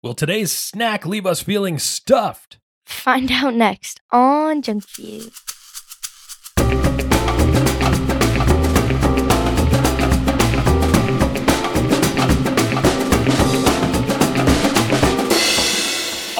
Will today's snack leave us feeling stuffed? Find out next on Junk Food.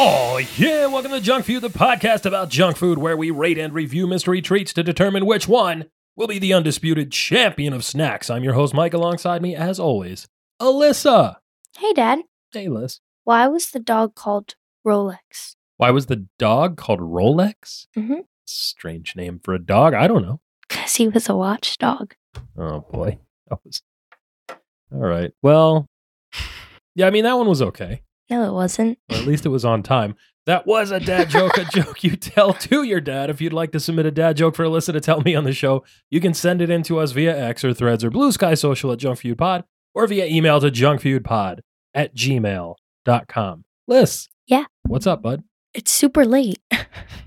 Oh, yeah. Welcome to Junk Food, the podcast about junk food where we rate and review mystery treats to determine which one will be the undisputed champion of snacks. I'm your host, Mike, alongside me, as always, Alyssa. Hey, Dad, Hey, Liz. why was the dog called Rolex? Why was the dog called Rolex? Mhm. Strange name for a dog. I don't know. Because he was a watchdog. Oh boy. That was all right. Well, yeah, I mean that one was okay. No, it wasn't. Or at least it was on time. That was a dad joke, a joke you tell to your dad. If you'd like to submit a dad joke for Alyssa to tell me on the show, you can send it in to us via X or Threads or Blue Sky Social at junkfeudpod or via email to junkfeudpod at gmail.com. Liz. Yeah. What's up, bud? It's super late.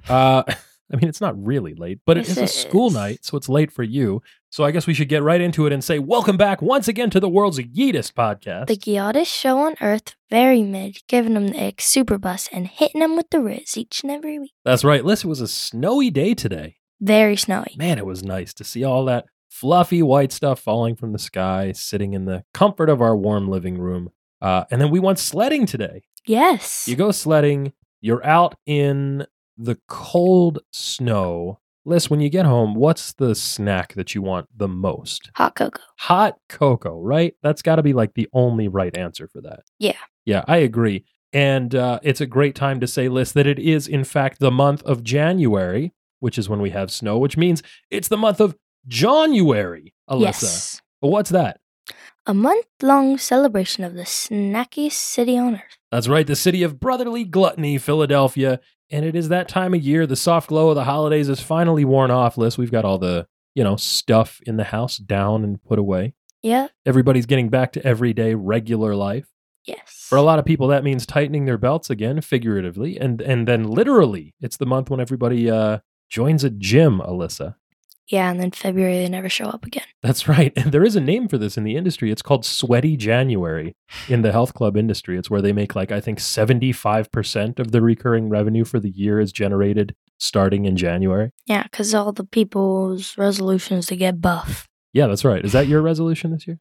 Uh, I mean, it's not really late, but it is Yes, a it school is. night, so it's late for you. So I guess we should get right into it and say, Welcome back once again to the world's Yeetest podcast. The Giotis show on Earth, very mid, giving him the ick super bus and hitting him with the Riz each and every week. That's right, Liz. It was a snowy day today. Very snowy. Man, it was nice to see all that fluffy white stuff falling from the sky, sitting in the comfort of our warm living room. Uh, and then we went sledding today. Yes. You go sledding, you're out in the cold snow. Liz, when you get home, what's the snack that you want the most? Hot cocoa. hot cocoa, right? That's got to be like the only right answer for that. Yeah. Yeah, I agree. And uh, it's a great time to say, Liz, that it is, in fact, the month of January, which is when we have snow, which means it's the month of January, Alyssa. Yes. But what's that? A month long celebration of the snackiest city on Earth. That's right, the city of brotherly gluttony, Philadelphia. And it is that time of year. The soft glow of the holidays is finally worn off, Liz. We've got all the, you know, stuff in the house down and put away. Yeah. Everybody's getting back to everyday regular life. Yes. For a lot of people, that means tightening their belts again, figuratively, and and then literally. It's the month when everybody uh, joins a gym, Alyssa. yeah, and then February they never show up again. That's right. And there is a name for this in the industry. It's called sweaty January in the health club industry. It's where they make like I think seventy five percent of the recurring revenue for the year is generated starting in January. Yeah, because all the people's resolutions to get buff. Yeah, that's right. Is that your resolution this year?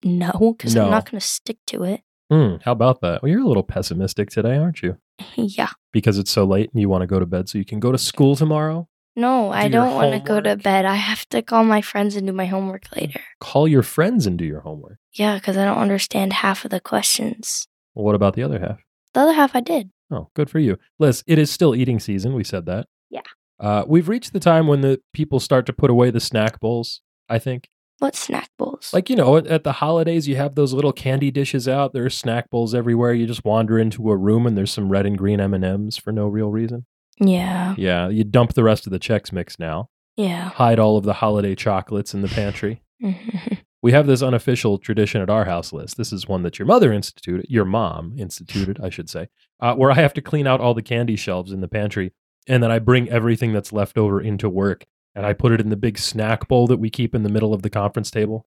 no, because No. I'm not going to stick to it. Hmm. how about that? Well, you're a little pessimistic today, aren't you? yeah. Because it's so late and you want to go to bed so you can go to school tomorrow. No, I Do your don't want to go to homework. Hmm. bed. I have to call my friends and do my homework later. Call your friends and do your homework. Yeah, because I don't understand half of the questions. Well, what about the other half? The other half I did. Oh, good for you. Liz, it is still eating season. We said that. Yeah. Uh, we've reached the time when the people start to put away the snack bowls, I think. What snack bowls? Like, you know, at, at the holidays, you have those little candy dishes out. There are snack bowls everywhere. You just wander into a room and there's some red and green M&Ms for no real reason. yeah, Yeah, you dump the rest of the Chex Mix now. yeah. Hide all of the holiday chocolates in the pantry. Mhm. We have this unofficial tradition at our house list. This is one that your mother instituted, your mom instituted, I should say, uh, where I have to clean out all the candy shelves in the pantry and then I bring everything that's left over into work and I put it in the big snack bowl that we keep in the middle of the conference table.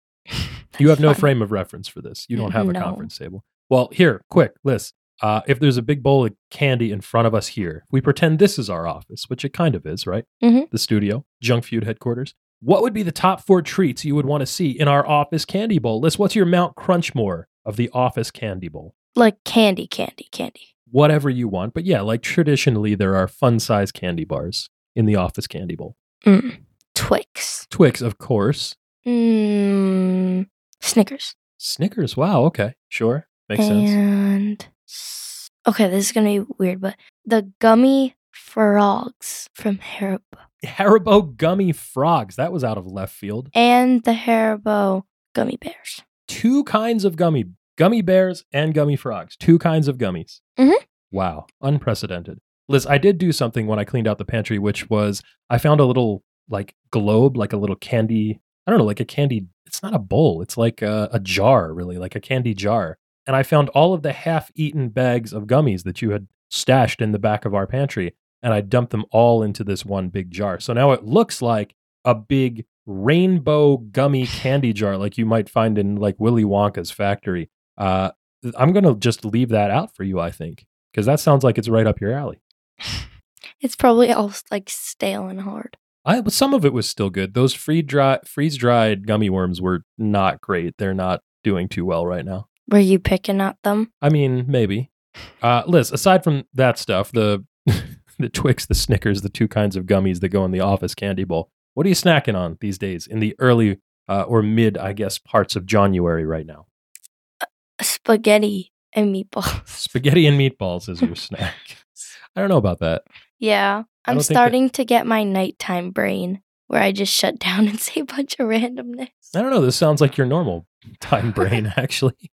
You have That's no fun. frame of reference for this. You don't have a No. conference table. Well, here, quick, Liz. Uh, if there's a big bowl of candy in front of us here, we pretend this is our office, which it kind of is, right? Mhm. The studio, Junk Feud headquarters. What would be the top four treats you would want to see in our office candy bowl? Liz, what's your Mount Crunchmore of the office candy bowl? Like candy, candy, candy. Whatever you want. But yeah, like traditionally, there are fun size candy bars in the office candy bowl. Mm. Twix. Twix, of course. Mm. Snickers. Snickers. Wow. Okay. Sure. Makes sense. and s- okay, this is gonna be weird, but the gummy frogs from Haribo Haribo gummy frogs. That was out of left field. and the Haribo gummy bears. Two kinds of gummy gummy bears and gummy frogs. Two kinds of gummies. Mhm. Wow, unprecedented. Liz, I did do something when I cleaned out the pantry, which was I found a little like globe, like a little candy. I don't know, like a candy. It's not a bowl. It's like a, a jar, really, like a candy jar. And I found all of the half-eaten bags of gummies that you had stashed in the back of our pantry, and I dumped them all into this one big jar. So now it looks like a big rainbow gummy candy jar like you might find in like Willy Wonka's factory. Uh, I'm going to just leave that out for you, I think, because that sounds like it's right up your alley. It's probably all like stale and hard. I but some of it was still good. Those free dry freeze dried gummy worms were not great. They're not doing too well right now. Were you picking at them? I mean, maybe. Uh, Liz, aside from that stuff, the the Twix, the Snickers, the two kinds of gummies that go in the office candy bowl. What are you snacking on these days in the early uh, or mid, I guess, parts of January right now? Spaghetti and meatballs. Spaghetti and meatballs is your snack. I don't know about that. Yeah. I I'm don't think that- starting to get my nighttime brain where I just shut down and say a bunch of randomness. I don't know. This sounds like your normal time brain, actually.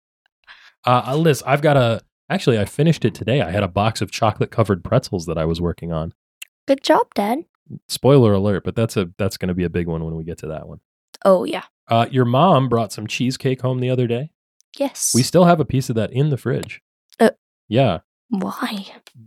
Uh, uh, Liz, I've got a. Actually, I finished it today. I had a box of chocolate covered pretzels that I was working on. Good job, Dad. Spoiler alert, but that's a that's going to be a big one when we get to that one. Oh, yeah. Uh, your mom brought some cheesecake home the other day. Yes. We still have a piece of that in the fridge. Uh. yeah. Why?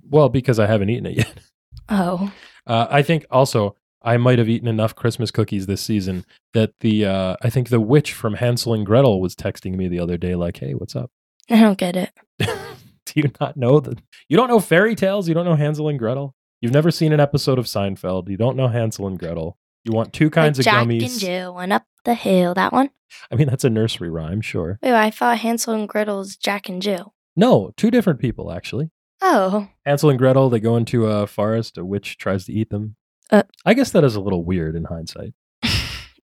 Well, because I haven't eaten it yet. Oh. Uh, I think also I might have eaten enough Christmas cookies this season that the uh, I think the witch from Hansel and Gretel was texting me the other day, like, "Hey, what's up?" I don't get it. Do you not know that you don't know fairy tales? You don't know Hansel and Gretel. You've never seen an episode of Seinfeld. You don't know Hansel and Gretel. You want two kinds Like of Jack and gummies. Jill went up the hill. That one? I mean, that's a nursery rhyme, sure. Wait, I thought Hansel and Gretel's Jack and Jill. No, two different people actually. Oh. Hansel and Gretel. They go into a forest. A witch tries to eat them. Uh. I guess that is a little weird in hindsight.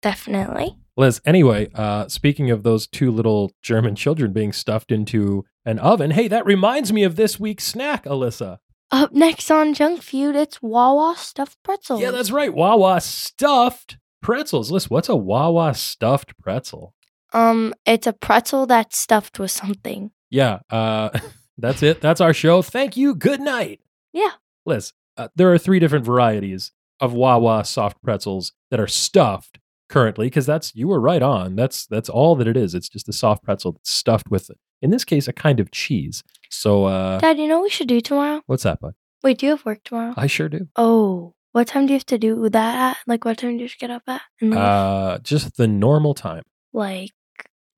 Definitely. Liz, anyway, uh, speaking of those two little German children being stuffed into an oven, hey, that reminds me of this week's snack, Alyssa. Up next on Junk Feud, it's Wawa stuffed pretzels. Yeah, that's right. Wawa stuffed pretzels. Liz, what's a Wawa stuffed pretzel? um, it's a pretzel that's stuffed with something. Yeah, uh, that's it. That's our show. Thank you. Good night. Yeah. Liz, uh, there are three different varieties of Wawa soft pretzels that are stuffed currently because that's you were right on. That's that's all that it is. It's just a soft pretzel that's stuffed with, in this case, a kind of cheese. So uh, Dad, you know what we should do tomorrow? What's that, bud? Wait, do you have work tomorrow? I sure do. oh, what time do you have to do that at? Like, what time do you have to get up at? And leave? Uh, just the normal time like,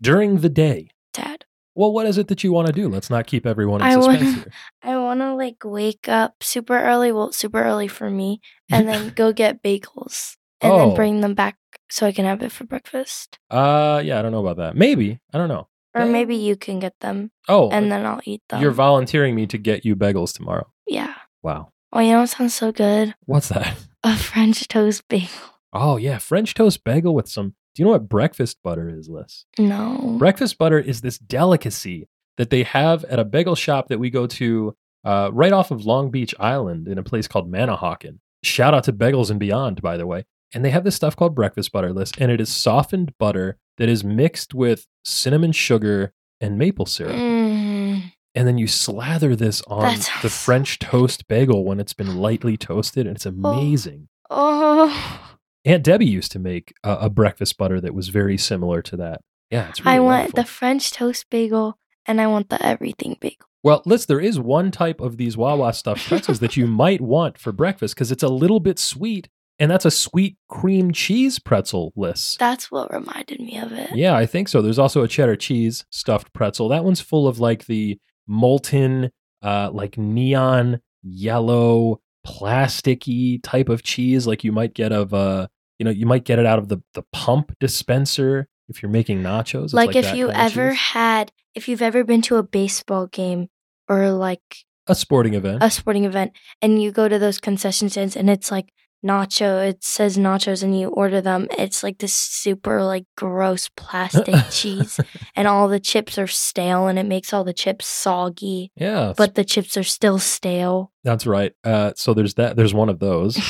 during the day. Dad, Well, what is it that you want to do? Let's not keep everyone in I suspense wanna- here. I want to like wake up super early. Well, super early for me, and then go get bagels and Oh. then bring them back so I can have it for breakfast. Uh, yeah, I don't know about that. Maybe I don't know. Or Yeah. maybe you can get them, Oh, and then I'll eat them. you're volunteering me to get you bagels tomorrow. yeah. Wow, Oh, you know what sounds so good? what's that? A French toast bagel. Oh yeah, French toast bagel with some. Do you know what breakfast butter is, Liz? No. Breakfast butter is this delicacy that they have at a bagel shop that we go to uh, right off of Long Beach Island in a place called Manahawkin. Shout out to Bagels and Beyond, by the way. And they have this stuff called breakfast butter list, and it is softened butter that is mixed with cinnamon sugar and maple syrup. Mm, And then you slather this on That sounds the so French toast bagel when it's been lightly toasted, and it's amazing. oh, Aunt Debbie used to make a, a breakfast butter that was very similar to that. Yeah, it's really I want wonderful. the French toast bagel and I want the everything bagel. Well, Liz, there is one type of these Wawa stuffed pretzels that you might want for breakfast because it's a little bit sweet, and that's a sweet cream cheese pretzel, Liz. That's what reminded me of it. Yeah, I think so. There's also a cheddar cheese stuffed pretzel. That one's full of like the molten, uh, like neon yellow, plasticky type of cheese, like you might get of uh, you know, you might get it out of the the pump dispenser if you're making nachos. It's like, if that you kind of ever cheese. had, if you've ever been to a baseball game or like a sporting event, a sporting event and you go to those concession stands and it's like nacho, it says nachos and you order them, it's like this super like gross plastic cheese and all the chips are stale and it makes all the chips soggy, yeah, but the chips are still stale. That's right. Uh, so there's that. There's one of those.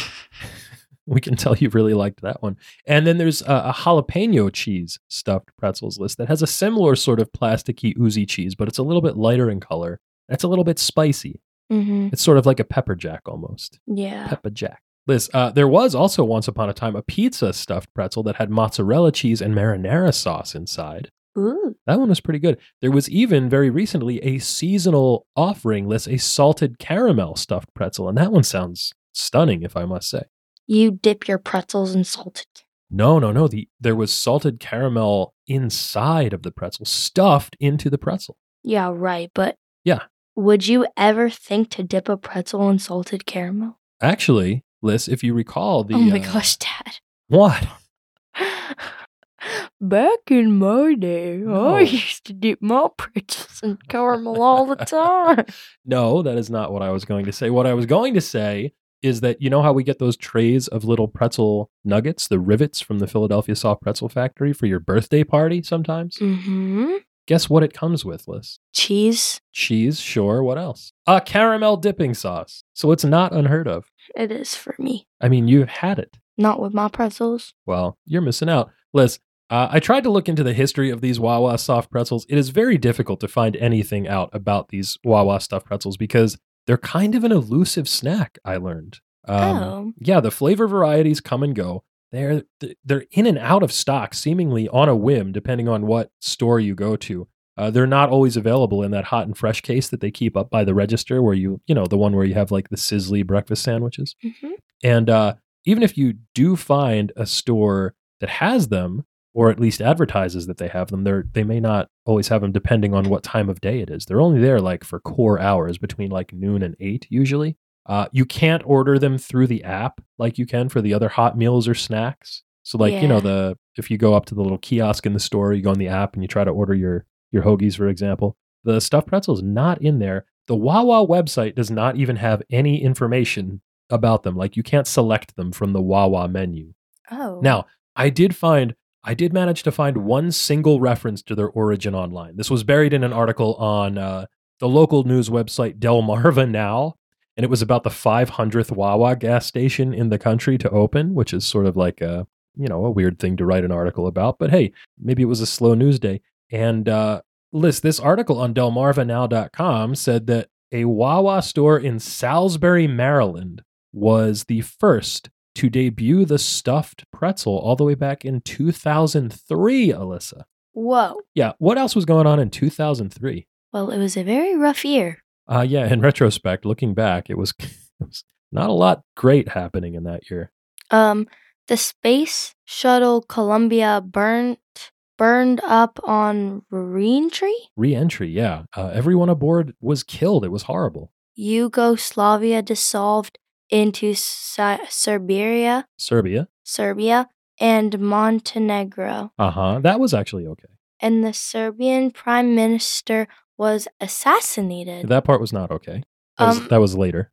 we can tell you really liked that one. And then there's a, a jalapeno cheese stuffed pretzels list that has a similar sort of plasticky oozy cheese, but it's a little bit lighter in color. It's a little bit spicy. Mm-hmm. It's sort of like a pepper jack almost. Yeah. Pepper jack. Liz, uh, there was also once upon a time a pizza stuffed pretzel that had mozzarella cheese and marinara sauce inside. Ooh. That one was pretty good. There was even very recently a seasonal offering list, a salted caramel stuffed pretzel, and that one sounds stunning, if I must say. You dip your pretzels in salted. No, no, no. The there was salted caramel inside of the pretzel, stuffed into the pretzel. Yeah, right. But Yeah. would you ever think to dip a pretzel in salted caramel? Actually, Liz, if you recall the oh my uh, gosh, Dad. what Back in my day, No. I used to dip my pretzels in caramel all the time. No, that is not what I was going to say. What I was going to say is that you know how we get those trays of little pretzel nuggets, the rivets from the Philadelphia Soft Pretzel Factory for your birthday party sometimes? mm-hmm. Guess what it comes with, Liz? Cheese. Cheese, sure. What else? A caramel dipping sauce. So it's not unheard of. It is for me. I mean, you've had it. Not with my pretzels. Well, you're missing out. Liz, uh, I tried to look into the history of these Wawa soft pretzels. It is very difficult to find anything out about these Wawa stuffed pretzels because they're kind of an elusive snack, I learned. Um, oh. Yeah, the flavor varieties come and go. They're they're in and out of stock seemingly on a whim depending on what store you go to. Uh, they're not always available in that hot and fresh case that they keep up by the register where you, you know, the one where you have like the sizzly breakfast sandwiches. hmm And uh, even if you do find a store that has them, or at least advertises that they have them, they're, they may not always have them depending on what time of day it is. They're only there like for core hours between like noon and eight usually. Uh, you can't order them through the app like you can for the other hot meals or snacks. So like you know Yeah. the if you go up to the little kiosk in the store, you go in the app and you try to order your your hoagies, for example, the stuffed pretzel is not in there. The Wawa website does not even have any information about them. Like you can't select them from the Wawa menu. Oh. Now, I did find I did manage to find one single reference to their origin online. This was buried in an article on uh, the local news website Delmarva Now, and it was about the 500th Wawa gas station in the country to open, which is sort of like a you know a weird thing to write an article about. But hey, maybe it was a slow news day. And uh, list this article on DelmarvaNow.com said that a Wawa store in Salisbury, Maryland, was the first to debut the stuffed pretzel all the way back in 2003, Alyssa. Whoa. Yeah, what else was going on in 2003? Well, it was a very rough year. Uh, yeah, in retrospect, looking back, it was, it was not a lot great happening in that year. Um, the space shuttle Columbia burnt burned up on Rain Tree. Re entry, yeah. Uh, everyone aboard was killed. It was horrible. Yugoslavia dissolved into Si- Serbia, Serbia. Serbia, and Montenegro. Uh huh. That was actually okay. And the Serbian prime minister was assassinated. That part was not okay. That was, Um, that was later.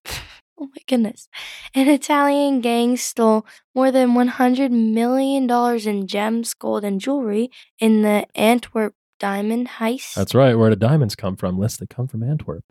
Oh my goodness. An Italian gang stole more than $100 million in gems, gold, and jewelry in the Antwerp diamond heist. That's right. Where do diamonds come from? List they come from Antwerp.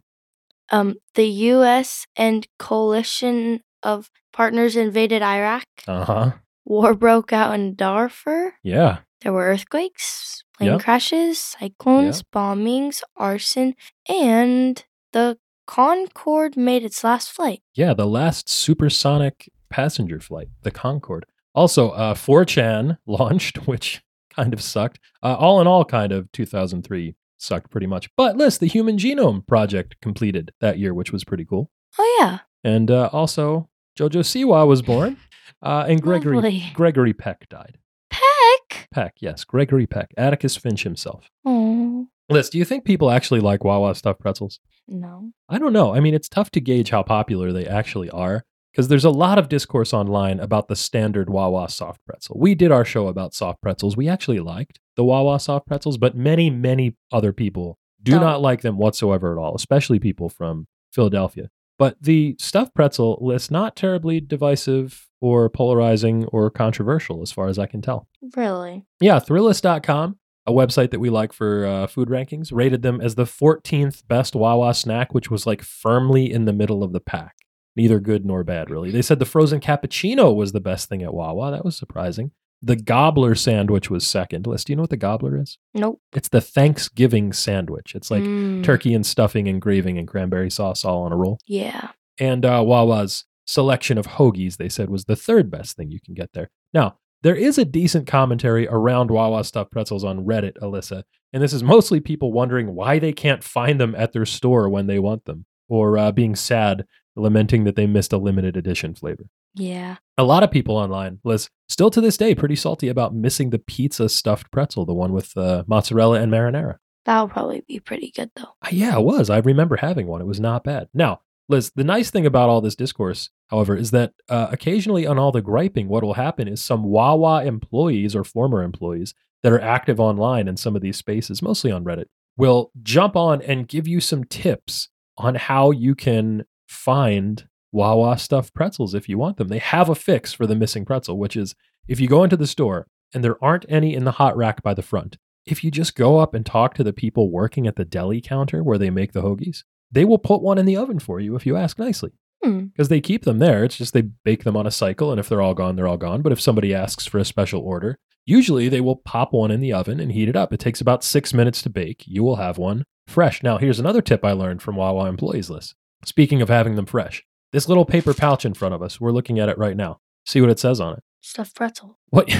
um, the U.S. and coalition of partners invaded Iraq. Uh huh. War broke out in Darfur. Yeah. There were earthquakes, plane Yep. crashes, cyclones, bombings, arson, and the Concorde made its last flight. Yeah, the last supersonic passenger flight, the Concorde. Also, uh, 4chan launched, which kind of sucked. Uh, all in all, kind of 2003 sucked pretty much. But list the Human Genome Project completed that year, which was pretty cool. Oh, yeah. And uh, also, Jojo Siwa was born, uh, Oh, and Gregory Lovely. Gregory Peck died. Peck! Peck, yes, Gregory Peck, Atticus Finch himself. Oh, List, do you think people actually like Wawa stuffed pretzels? no. I don't know. I mean, it's tough to gauge how popular they actually are because there's a lot of discourse online about the standard Wawa soft pretzel. We did our show about soft pretzels. We actually liked the Wawa soft pretzels, but many, many other people do Don't. not like them whatsoever at all, especially people from Philadelphia. But the stuffed pretzel list not terribly divisive or polarizing or controversial as far as I can tell. Really? Yeah, Thrillist.com, a website that we like for uh, food rankings, rated them as the 14th best Wawa snack, which was like firmly in the middle of the pack. Neither good nor bad, really. They said the frozen cappuccino was the best thing at Wawa. That was surprising. The gobbler sandwich was second. Liz, do you know what the gobbler is? Nope. It's the Thanksgiving sandwich. It's like Mm, turkey and stuffing and gravy and cranberry sauce all on a roll. Yeah. And uh, Wawa's selection of hoagies, they said, was the third best thing you can get there. Now, there is a decent commentary around Wawa stuffed pretzels on Reddit, Alyssa, and this is mostly people wondering why they can't find them at their store when they want them, or uh, being sad, lamenting that they missed a limited edition flavor. Yeah. A lot of people online, Liz, still to this day, pretty salty about missing the pizza stuffed pretzel, the one with uh, mozzarella and marinara. That'll probably be pretty good though. Uh, Yeah, it was. I remember having one. It was not bad. Now, Liz, the nice thing about all this discourse, however, is that uh, occasionally on all the griping, what will happen is some Wawa employees or former employees that are active online in some of these spaces, mostly on Reddit, will jump on and give you some tips on how you can find Wawa stuffed pretzels if you want them. They have a fix for the missing pretzel, which is if you go into the store and there aren't any in the hot rack by the front, if you just go up and talk to the people working at the deli counter where they make the hoagies, they will put one in the oven for you if you ask nicely. Hmm. Because they keep them there. It's just they bake them on a cycle, and if they're all gone, they're all gone. But if somebody asks for a special order, usually they will pop one in the oven and heat it up. It takes about six minutes to bake. You will have one fresh. Now, here's another tip I learned from Wawa employees list. Speaking of having them fresh, this little paper pouch in front of us, we're looking at it right now. See what it says on it. Stuffed pretzel. What?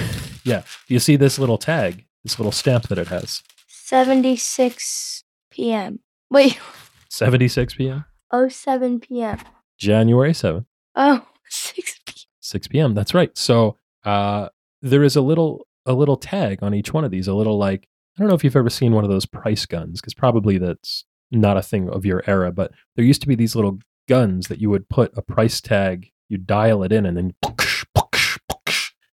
yeah. You see this little tag, this little stamp that it has. 76 p.m. Wait, 76 p.m. 07 p.m. January 7th, Oh, 6 p.m. 6 p.m. That's right. So uh, there is a little a little tag on each one of these. A little like I don't know if you've ever seen one of those price guns because probably that's not a thing of your era. But there used to be these little guns that you would put a price tag. You dial it in, and then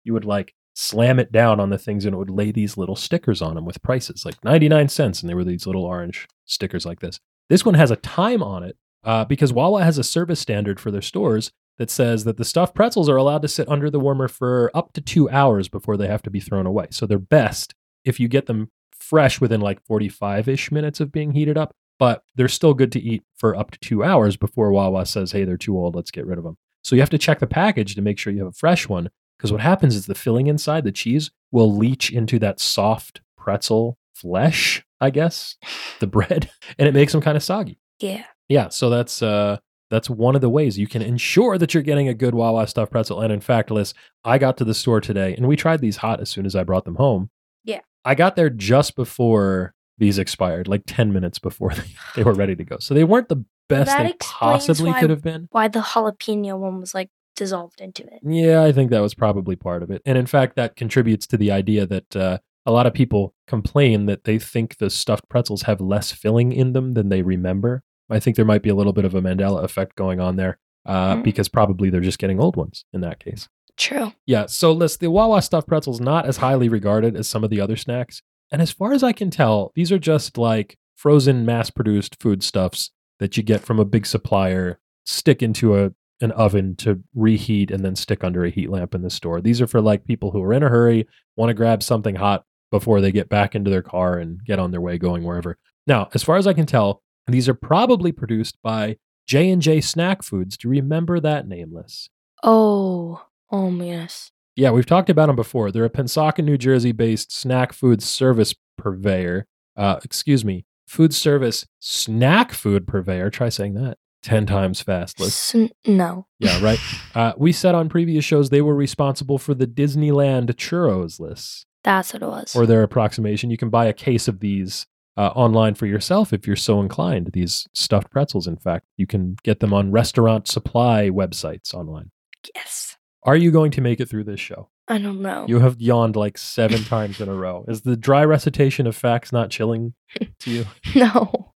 you would like slam it down on the things, and it would lay these little stickers on them with prices, like ninety nine cents, and they were these little orange stickers like this. This one has a time on it uh, because Wawa has a service standard for their stores that says that the stuffed pretzels are allowed to sit under the warmer for up to two hours before they have to be thrown away. So they're best if you get them fresh within like 45 ish minutes of being heated up, but they're still good to eat for up to two hours before Wawa says, hey, they're too old, let's get rid of them. So you have to check the package to make sure you have a fresh one because what happens is the filling inside, the cheese, will leach into that soft pretzel flesh, I guess, the bread, and it makes them kind of soggy. Yeah. Yeah, so that's uh that's one of the ways you can ensure that you're getting a good Wawa stuffed pretzel. And in fact, Liz, I got to the store today and we tried these hot as soon as I brought them home. Yeah. I got there just before these expired, like 10 minutes before they, they were ready to go. So they weren't the best That they explains possibly why- could have been. Why the jalapeno one was like dissolved into it. Yeah, I think that was probably part of it. And in fact, that contributes to the idea that uh, a lot of people complain that they think the stuffed pretzels have less filling in them than they remember. I think there might be a little bit of a Mandela effect going on there uh, Mm. because probably they're just getting old ones in that case. True. Yeah, so list the Wawa stuffed pretzels not as highly regarded as some of the other snacks. And as far as I can tell, these are just like frozen mass-produced foodstuffs that you get from a big supplier, stick into a an oven to reheat and then stick under a heat lamp in the store. These are for like people who are in a hurry, want to grab something hot before they get back into their car and get on their way going wherever. Now, as far as I can tell, these are probably produced by J&J Snack Foods. Do you remember that nameless? Oh, oh my goodness. Yeah, we've talked about them before. They're a Pensacola, New Jersey based snack food service purveyor. Uh, excuse me, food service snack food purveyor. Try saying that 10 times fast. Liz. Sn- no. Yeah, right. Uh, we said on previous shows they were responsible for the Disneyland churros list That's what it was. or their approximation. You can buy a case of these uh, online for yourself if you're so inclined. These stuffed pretzels, in fact, you can get them on restaurant supply websites online. yes. Are you going to make it through this show? I don't know. You have yawned like seven times in a row. Is the dry recitation of facts not chilling to you? no.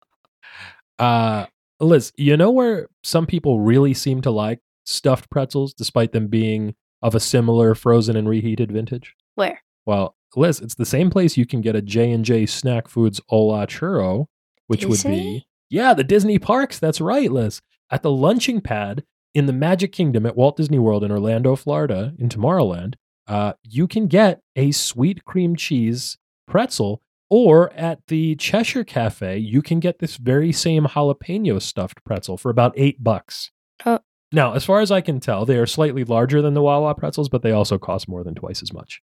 Uh, Liz, you know where some people really seem to like stuffed pretzels despite them being of a similar frozen and reheated vintage? Where? Well, Liz, it's the same place you can get a J&J Snack Foods Ola Churro, which would be Disney? Yeah, the Disney parks, that's right, Liz. At the lunching pad in the Magic Kingdom at Walt Disney World in Orlando, Florida, in Tomorrowland, uh, you can get a sweet cream cheese pretzel or at the Cheshire Cafe, you can get this very same jalapeno stuffed pretzel for about 8 bucks. Oh. Now, as far as I can tell, they are slightly larger than the Wawa pretzels, but they also cost more than twice as much.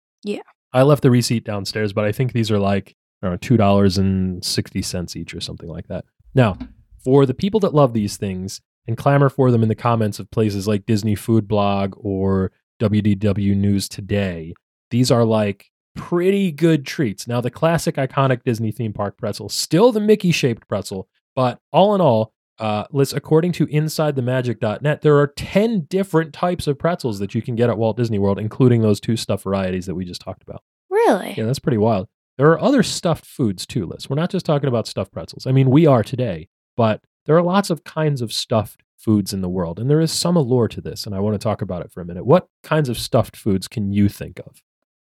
I left the receipt downstairs, but I think these are like I don't know, two dollars and sixty cents each or something like that. Now, for the people that love these things and clamor for them in the comments of places like Disney Food Blog or WDW News Today, these are like pretty good treats. Now, the classic iconic Disney theme park pretzel, still the Mickey shaped pretzel, but all in all, uh, Liz, according to InsideTheMagic.net, there are 10 different types of pretzels that you can get at Walt Disney World, including those two stuff varieties that we just talked about. Really? Yeah, that's pretty wild. There are other stuffed foods too, Liz. We're not just talking about stuffed pretzels. I mean, we are today, but there are lots of kinds of stuffed foods in the world, and there is some allure to this, and I want to talk about it for a minute. What kinds of stuffed foods can you think of?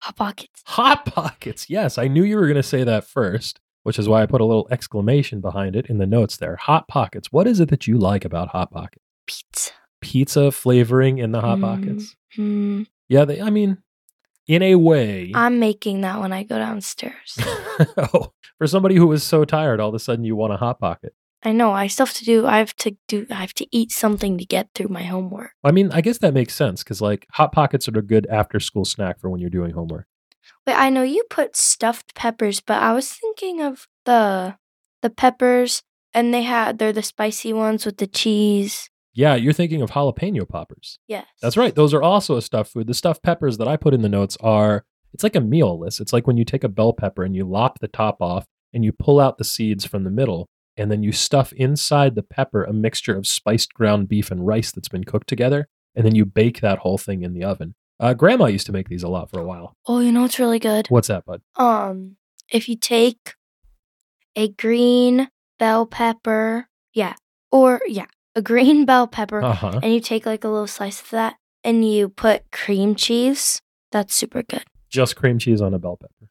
Hot pockets. Hot Pockets. Yes, I knew you were going to say that first, which is why I put a little exclamation behind it in the notes there. Hot Pockets. What is it that you like about Hot Pockets? Pizza. Pizza flavoring in the Hot Mm. Pockets. Hmm. Yeah, they, I mean, in a way. I'm making that when I go downstairs. oh, for somebody who was so tired, all of a sudden you want a Hot Pocket. I know. I still have to do. I have to do. I have to eat something to get through my homework. I mean, I guess that makes sense because, like, Hot Pockets are a good after school snack for when you're doing homework. Wait, I know you put stuffed peppers, but I was thinking of the the peppers, and they had they're the spicy ones with the cheese. Yeah, you're thinking of jalapeno poppers. Yes, That's right. Those are also a stuffed food. The stuffed peppers that I put in the notes are, it's like a meal list. It's like when you take a bell pepper and you lop the top off and you pull out the seeds from the middle. And then you stuff inside the pepper a mixture of spiced ground beef and rice that's been cooked together. And then you bake that whole thing in the oven. Uh, grandma used to make these a lot for a while. Oh, you know it's really good. What's that, bud? Um, if you take a green bell pepper, yeah, or yeah, a green bell pepper, Uh huh. and you take like a little slice of that, and you put cream cheese. That's super good. Just cream cheese on a bell pepper.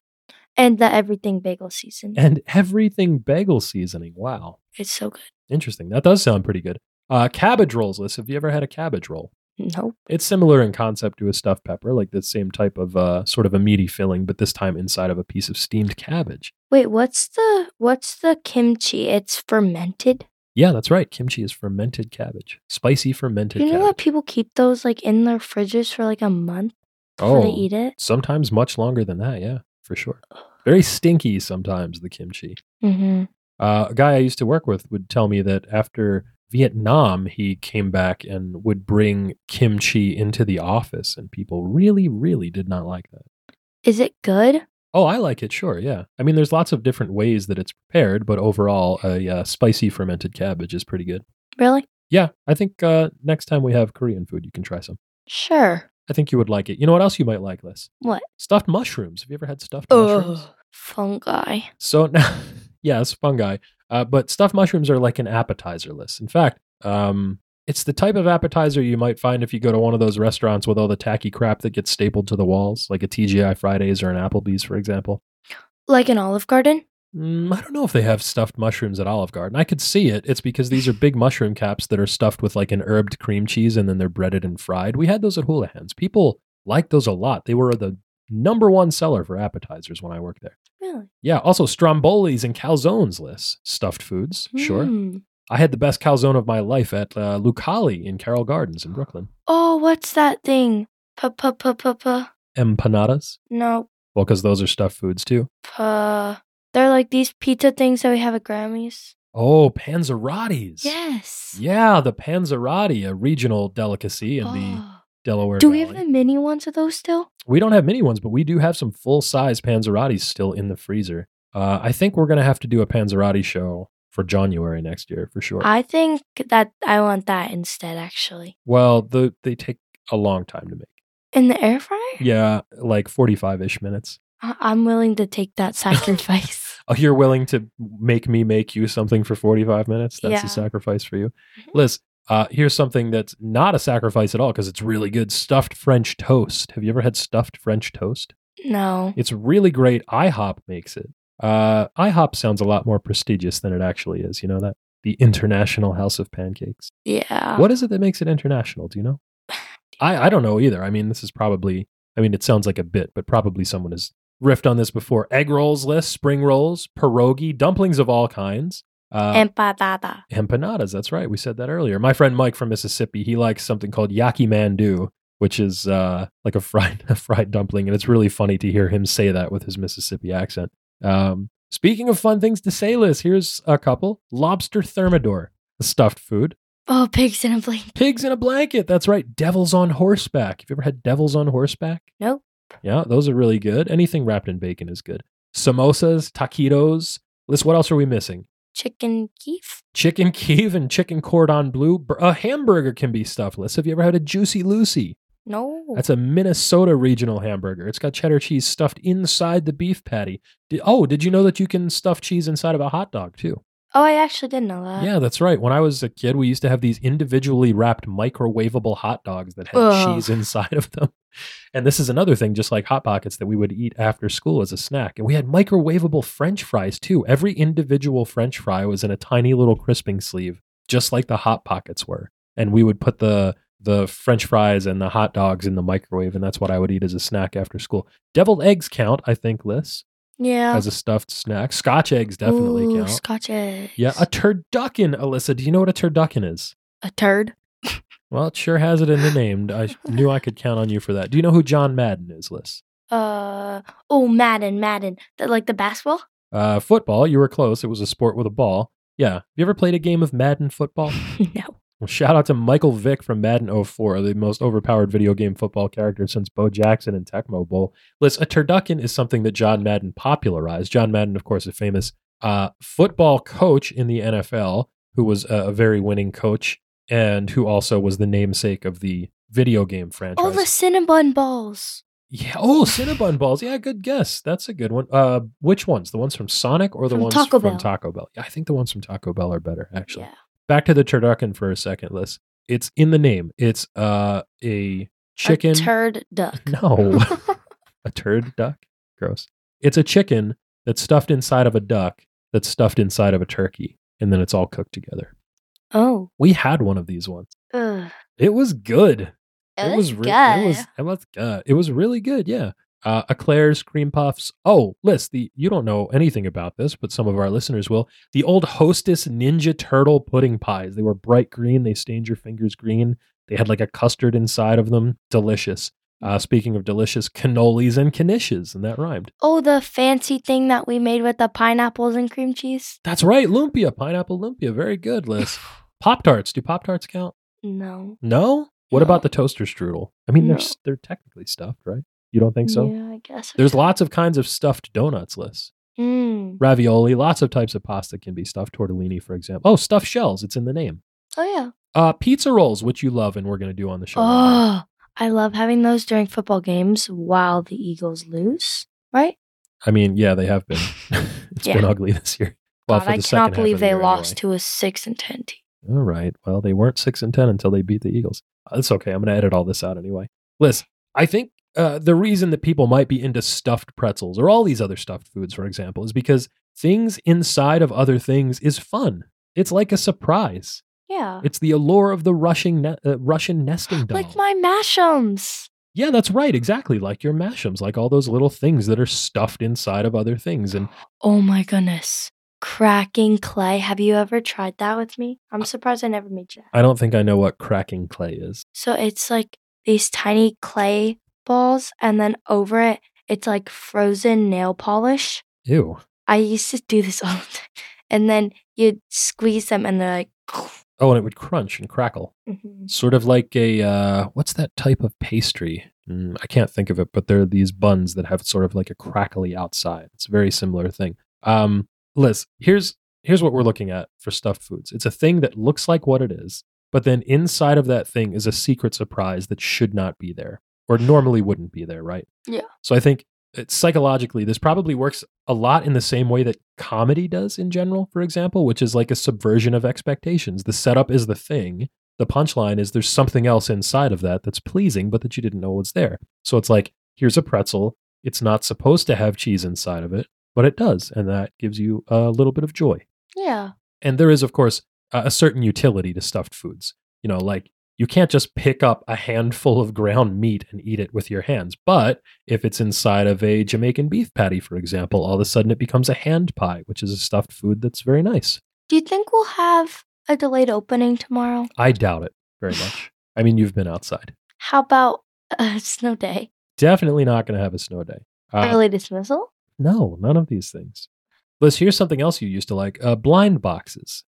And the everything bagel season. And everything bagel seasoning. Wow. It's so good. Interesting. That does sound pretty good. Uh, cabbage rolls list. Have you ever had a cabbage roll? Nope. It's similar in concept to a stuffed pepper, like the same type of uh, sort of a meaty filling, but this time inside of a piece of steamed cabbage. Wait, what's the what's the kimchi? It's fermented. Yeah, that's right. Kimchi is fermented cabbage, spicy fermented you know cabbage. that people keep those like in their fridges for like a month before Oh. they eat it. sometimes much longer than that. Yeah, for sure. Very stinky sometimes the kimchi. Mm-hmm. Uh, a guy I used to work with would tell me that after Vietnam, he came back and would bring kimchi into the office, and people really, really did not like that. Is it good? Oh, I like it. Sure, yeah. I mean, there's lots of different ways that it's prepared, but overall, a uh, spicy fermented cabbage is pretty good. Really? Yeah, I think uh, next time we have Korean food, you can try some. Sure. I think you would like it. You know what else you might like, Liz? What? Stuffed mushrooms. Have you ever had stuffed mushrooms? Fungi. So now, yes, fungi. Uh, but stuffed mushrooms are like an appetizer list. In fact, um, it's the type of appetizer you might find if you go to one of those restaurants with all the tacky crap that gets stapled to the walls, like a TGI Fridays or an Applebee's, for example. Like an Olive Garden? Mm, I don't know if they have stuffed mushrooms at Olive Garden. I could see it. It's because these are big mushroom caps that are stuffed with like an herbed cream cheese and then they're breaded and fried. We had those at Houlihan's. People liked those a lot. They were the number one seller for appetizers when I worked there. Really? Yeah, also strombolis and calzones, Liz. Stuffed foods, sure. Mm. I had the best calzone of my life at uh, Lucali in Carroll Gardens in Brooklyn. Oh, what's that thing? Pa pa pa pa pa. Empanadas? No, Well, because those are stuffed foods too. pa. They're like these pizza things that we have at Grammys. Oh, panzerottis. Yes. Yeah, the panzerotti, a regional delicacy in the Oh. Delaware. Do we have Valley. the mini ones of those still? We don't have mini ones, but we do have some full size Panzerottis still in the freezer. Uh, I think we're gonna have to do a Panzerotti show for January next year for sure. I think that I want that instead, actually. well, the they take a long time to make. In the air fryer? Yeah, like forty five ish minutes. I- I'm willing to take that sacrifice. Oh, you're willing to make me make you something for forty five minutes? That's Yeah. a sacrifice for you, Mhm. Liz. Uh, here's something that's not a sacrifice at all because it's really good stuffed French toast. Have you ever had stuffed French toast? no. It's really great. IHOP makes it. Uh, IHOP sounds a lot more prestigious than it actually is. You know that? The International House of Pancakes. Yeah. What is it that makes it international? Um, Do you know? I, I don't know either. I mean, this is probably, I mean, it sounds like a bit, but probably someone has riffed on this before. Egg rolls list, spring rolls, pierogi, dumplings of all kinds. Uh, Empadada. empanadas. That's right. We said that earlier. My friend Mike from Mississippi, he likes something called yaki mandu, which is uh, like a fried a fried dumpling, and it's really funny to hear him say that with his Mississippi accent. Um, speaking of fun things to say, Liz, here's a couple: lobster thermidor, a stuffed food; Oh, pigs in a blanket. pigs in a blanket. That's right. Devils on horseback. Have you ever had devils on horseback? Nope. Yeah, those are really good. Anything wrapped in bacon is good. Samosas, taquitos. Liz, what else are we missing? Chicken keef? chicken Kiev and chicken cordon bleu. Bur- A hamburger can be stuffless. Have you ever had a Juicy Lucy? No. That's a Minnesota regional hamburger. It's got cheddar cheese stuffed inside the beef patty. Di- oh, did you know that you can stuff cheese inside of a hot dog too? oh, I actually didn't know that. yeah, that's right. When I was a kid, we used to have these individually wrapped microwavable hot dogs that had Ugh. cheese inside of them. And this is another thing, just like Hot Pockets, that we would eat after school as a snack. And we had microwavable French fries too. Every individual French fry was in a tiny little crisping sleeve, just like the Hot Pockets were. And we would put the the French fries and the hot dogs in the microwave, and that's what I would eat as a snack after school. Deviled eggs count, I think, Liz, Yeah. as a stuffed snack. Scotch eggs definitely Ooh, count. Scotch eggs. Yeah, a turducken, Alyssa. Do you know what a turducken is? a turd. Well, it sure has it in the name. I knew I could count on you for that. Do you know who John Madden is, Liz? Uh oh, Madden, Madden, the, like the basketball. Uh, football, you were close. It was a sport with a ball. Yeah. Have you ever played a game of Madden football? no. Well, shout out to Michael Vick from Madden 04, the most overpowered video game football character since Bo Jackson and Tecmo Bowl. Liz, a turducken is something that John Madden popularized. John Madden, of course, a famous uh, football coach in the NFL who was a, a very winning coach and who also was the namesake of the video game franchise. All the Cinnabon balls. yeah. Oh, Cinnabon balls. Yeah, good guess. That's a good one. Uh, which ones? The ones from Sonic or the From ones Taco from Bell. Taco Bell? Yeah, I think the ones from Taco Bell are better, actually Yeah. back to the turducken for a second, Liz. It's in the name. It's uh a chicken. A turd duck. no, a turd duck. Gross. It's a chicken that's stuffed inside of a duck that's stuffed inside of a turkey, and then it's all cooked together. oh. We had one of these once. Ugh. It was good. It, was re- good. It was. It was good. It was really good. Yeah. Uh, eclairs, cream puffs. Oh, Liz, the you don't know anything about this, but some of our listeners will. The old Hostess Ninja Turtle pudding pies. They were bright green. They stained your fingers green. They had like a custard inside of them. Delicious. Uh, speaking of delicious, cannolis and knishes, and that rhymed. oh, the fancy thing that we made with the pineapples and cream cheese. That's right, lumpia, pineapple lumpia. Very good, Liz. Pop tarts. Do pop tarts count? No. No. What No. about the toaster strudel? I mean, they're No. s- they're technically stuffed, right? You don't think so? Yeah, I guess. There's lots of kinds of stuffed donuts, Liz. Mm. Ravioli, lots of types of pasta can be stuffed. Tortellini, for example. Oh, stuffed shells. It's in the name. Oh yeah. Uh, pizza rolls, which you love, and we're going to do on the show. Oh, I love having those during football games while the Eagles lose. Right? I mean, yeah, they have been. It's been Yeah. ugly this year. Well, God, for I the cannot second half of believe the they year, lost to a six and ten team. anyway. All right. Well, they weren't six and ten until they beat the Eagles. Uh, That's okay. I'm going to edit all this out anyway. Liz, I think uh, the reason that people might be into stuffed pretzels or all these other stuffed foods, for example, is because things inside of other things is fun. It's like a surprise. Yeah. It's the allure of the Russian ne- uh, Russian nesting doll. Like my mashums. yeah, that's right, exactly. Like your mashems, like all those little things that are stuffed inside of other things. And Oh my goodness. Cracking clay. Have you ever tried that with me? I'm surprised I never made you that. I don't think I know what cracking clay is. So it's like these tiny clay balls, and then over it, it's like frozen nail polish. Ew. I used to do this all the time. And then you'd squeeze them, and they're like, Oh, and it would crunch and crackle, Mhm. sort of like a uh, what's that type of pastry? Mm, I can't think of it, but there are these buns that have sort of like a crackly outside. It's a very similar thing. Um, Liz, here's here's what we're looking at for stuffed foods. It's a thing that looks like what it is, but then inside of that thing is a secret surprise that should not be there or normally wouldn't be there, right? Yeah. So I think it, psychologically, this probably works a lot in the same way that comedy does in general, for example, which is like a subversion of expectations. The setup is the thing. The punchline is there's something else inside of that that's pleasing, but that you didn't know was there. So it's like, here's a pretzel. It's not supposed to have cheese inside of it, but it does. And that gives you a little bit of joy Yeah. and there is of course a a certain utility to stuffed foods you know like you can't just pick up a handful of ground meat and eat it with your hands but if it's inside of a jamaican beef patty for example all of a sudden it becomes a hand pie which is a stuffed food that's very nice Do you think we'll have a delayed opening tomorrow? i doubt it very much i mean you've been outside How about a snow day? definitely not going to have a snow day Uh, Early dismissal? no none of these things liz here's something else you used to like uh, blind boxes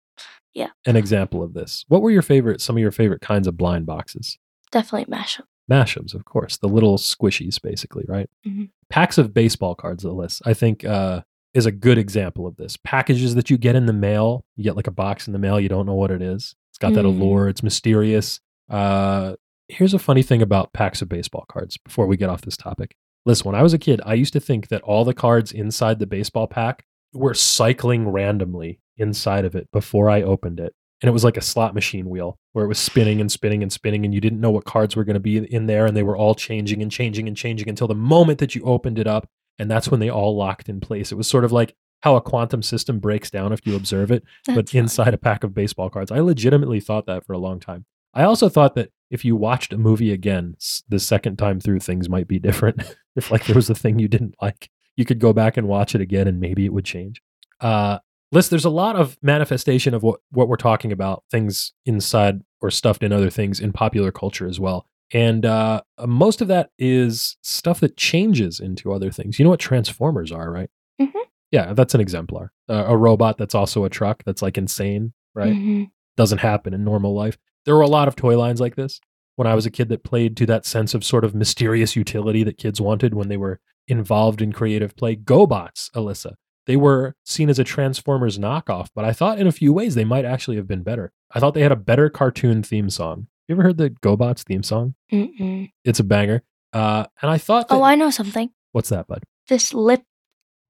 Yeah. an example of this what were your favorite some of your favorite kinds of blind boxes Definitely mashup. mashems, of course, the little squishies, basically, right? Mhm. Packs of baseball cards, the list, I think, uh, is a good example of this. Packages that you get in the mail, you get like a box in the mail, you don't know what it is. It's got that Mm. allure, it's mysterious. Uh, here's a funny thing about packs of baseball cards before we get off this topic. Liz, when I was a kid, I used to think that all the cards inside the baseball pack were cycling randomly inside of it before I opened it. And it was like a slot machine wheel where it was spinning and spinning and spinning, and you didn't know what cards were going to be in there. And they were all changing and changing and changing until the moment that you opened it up. And that's when they all locked in place. It was sort of like how a quantum system breaks down if you observe it, but That's inside a pack of baseball cards. I legitimately thought that for a long time. I also thought that if you watched a movie again s- the second time through, things might be different. if like there was a thing you didn't like, you could go back and watch it again, and maybe it would change. Uh, List, there's a lot of manifestation of what, what we're talking about, things inside or stuffed in other things in popular culture as well. And uh, most of that is stuff that changes into other things. You know what Transformers are, right? Mhm. Yeah, that's an exemplar. Uh, a robot that's also a truck that's like insane, right? Mhm. doesn't happen in normal life. There were a lot of toy lines like this when I was a kid that played to that sense of sort of mysterious utility that kids wanted when they were involved in creative play. GoBots, Alyssa. They were seen as a Transformers knockoff, but I thought in a few ways they might actually have been better. I thought they had a better cartoon theme song. You ever heard the GoBots theme song? Mm-hmm, Mm-mm. It's a banger. Uh, and I thought, that, Oh, I know something. what's that, bud? This lip,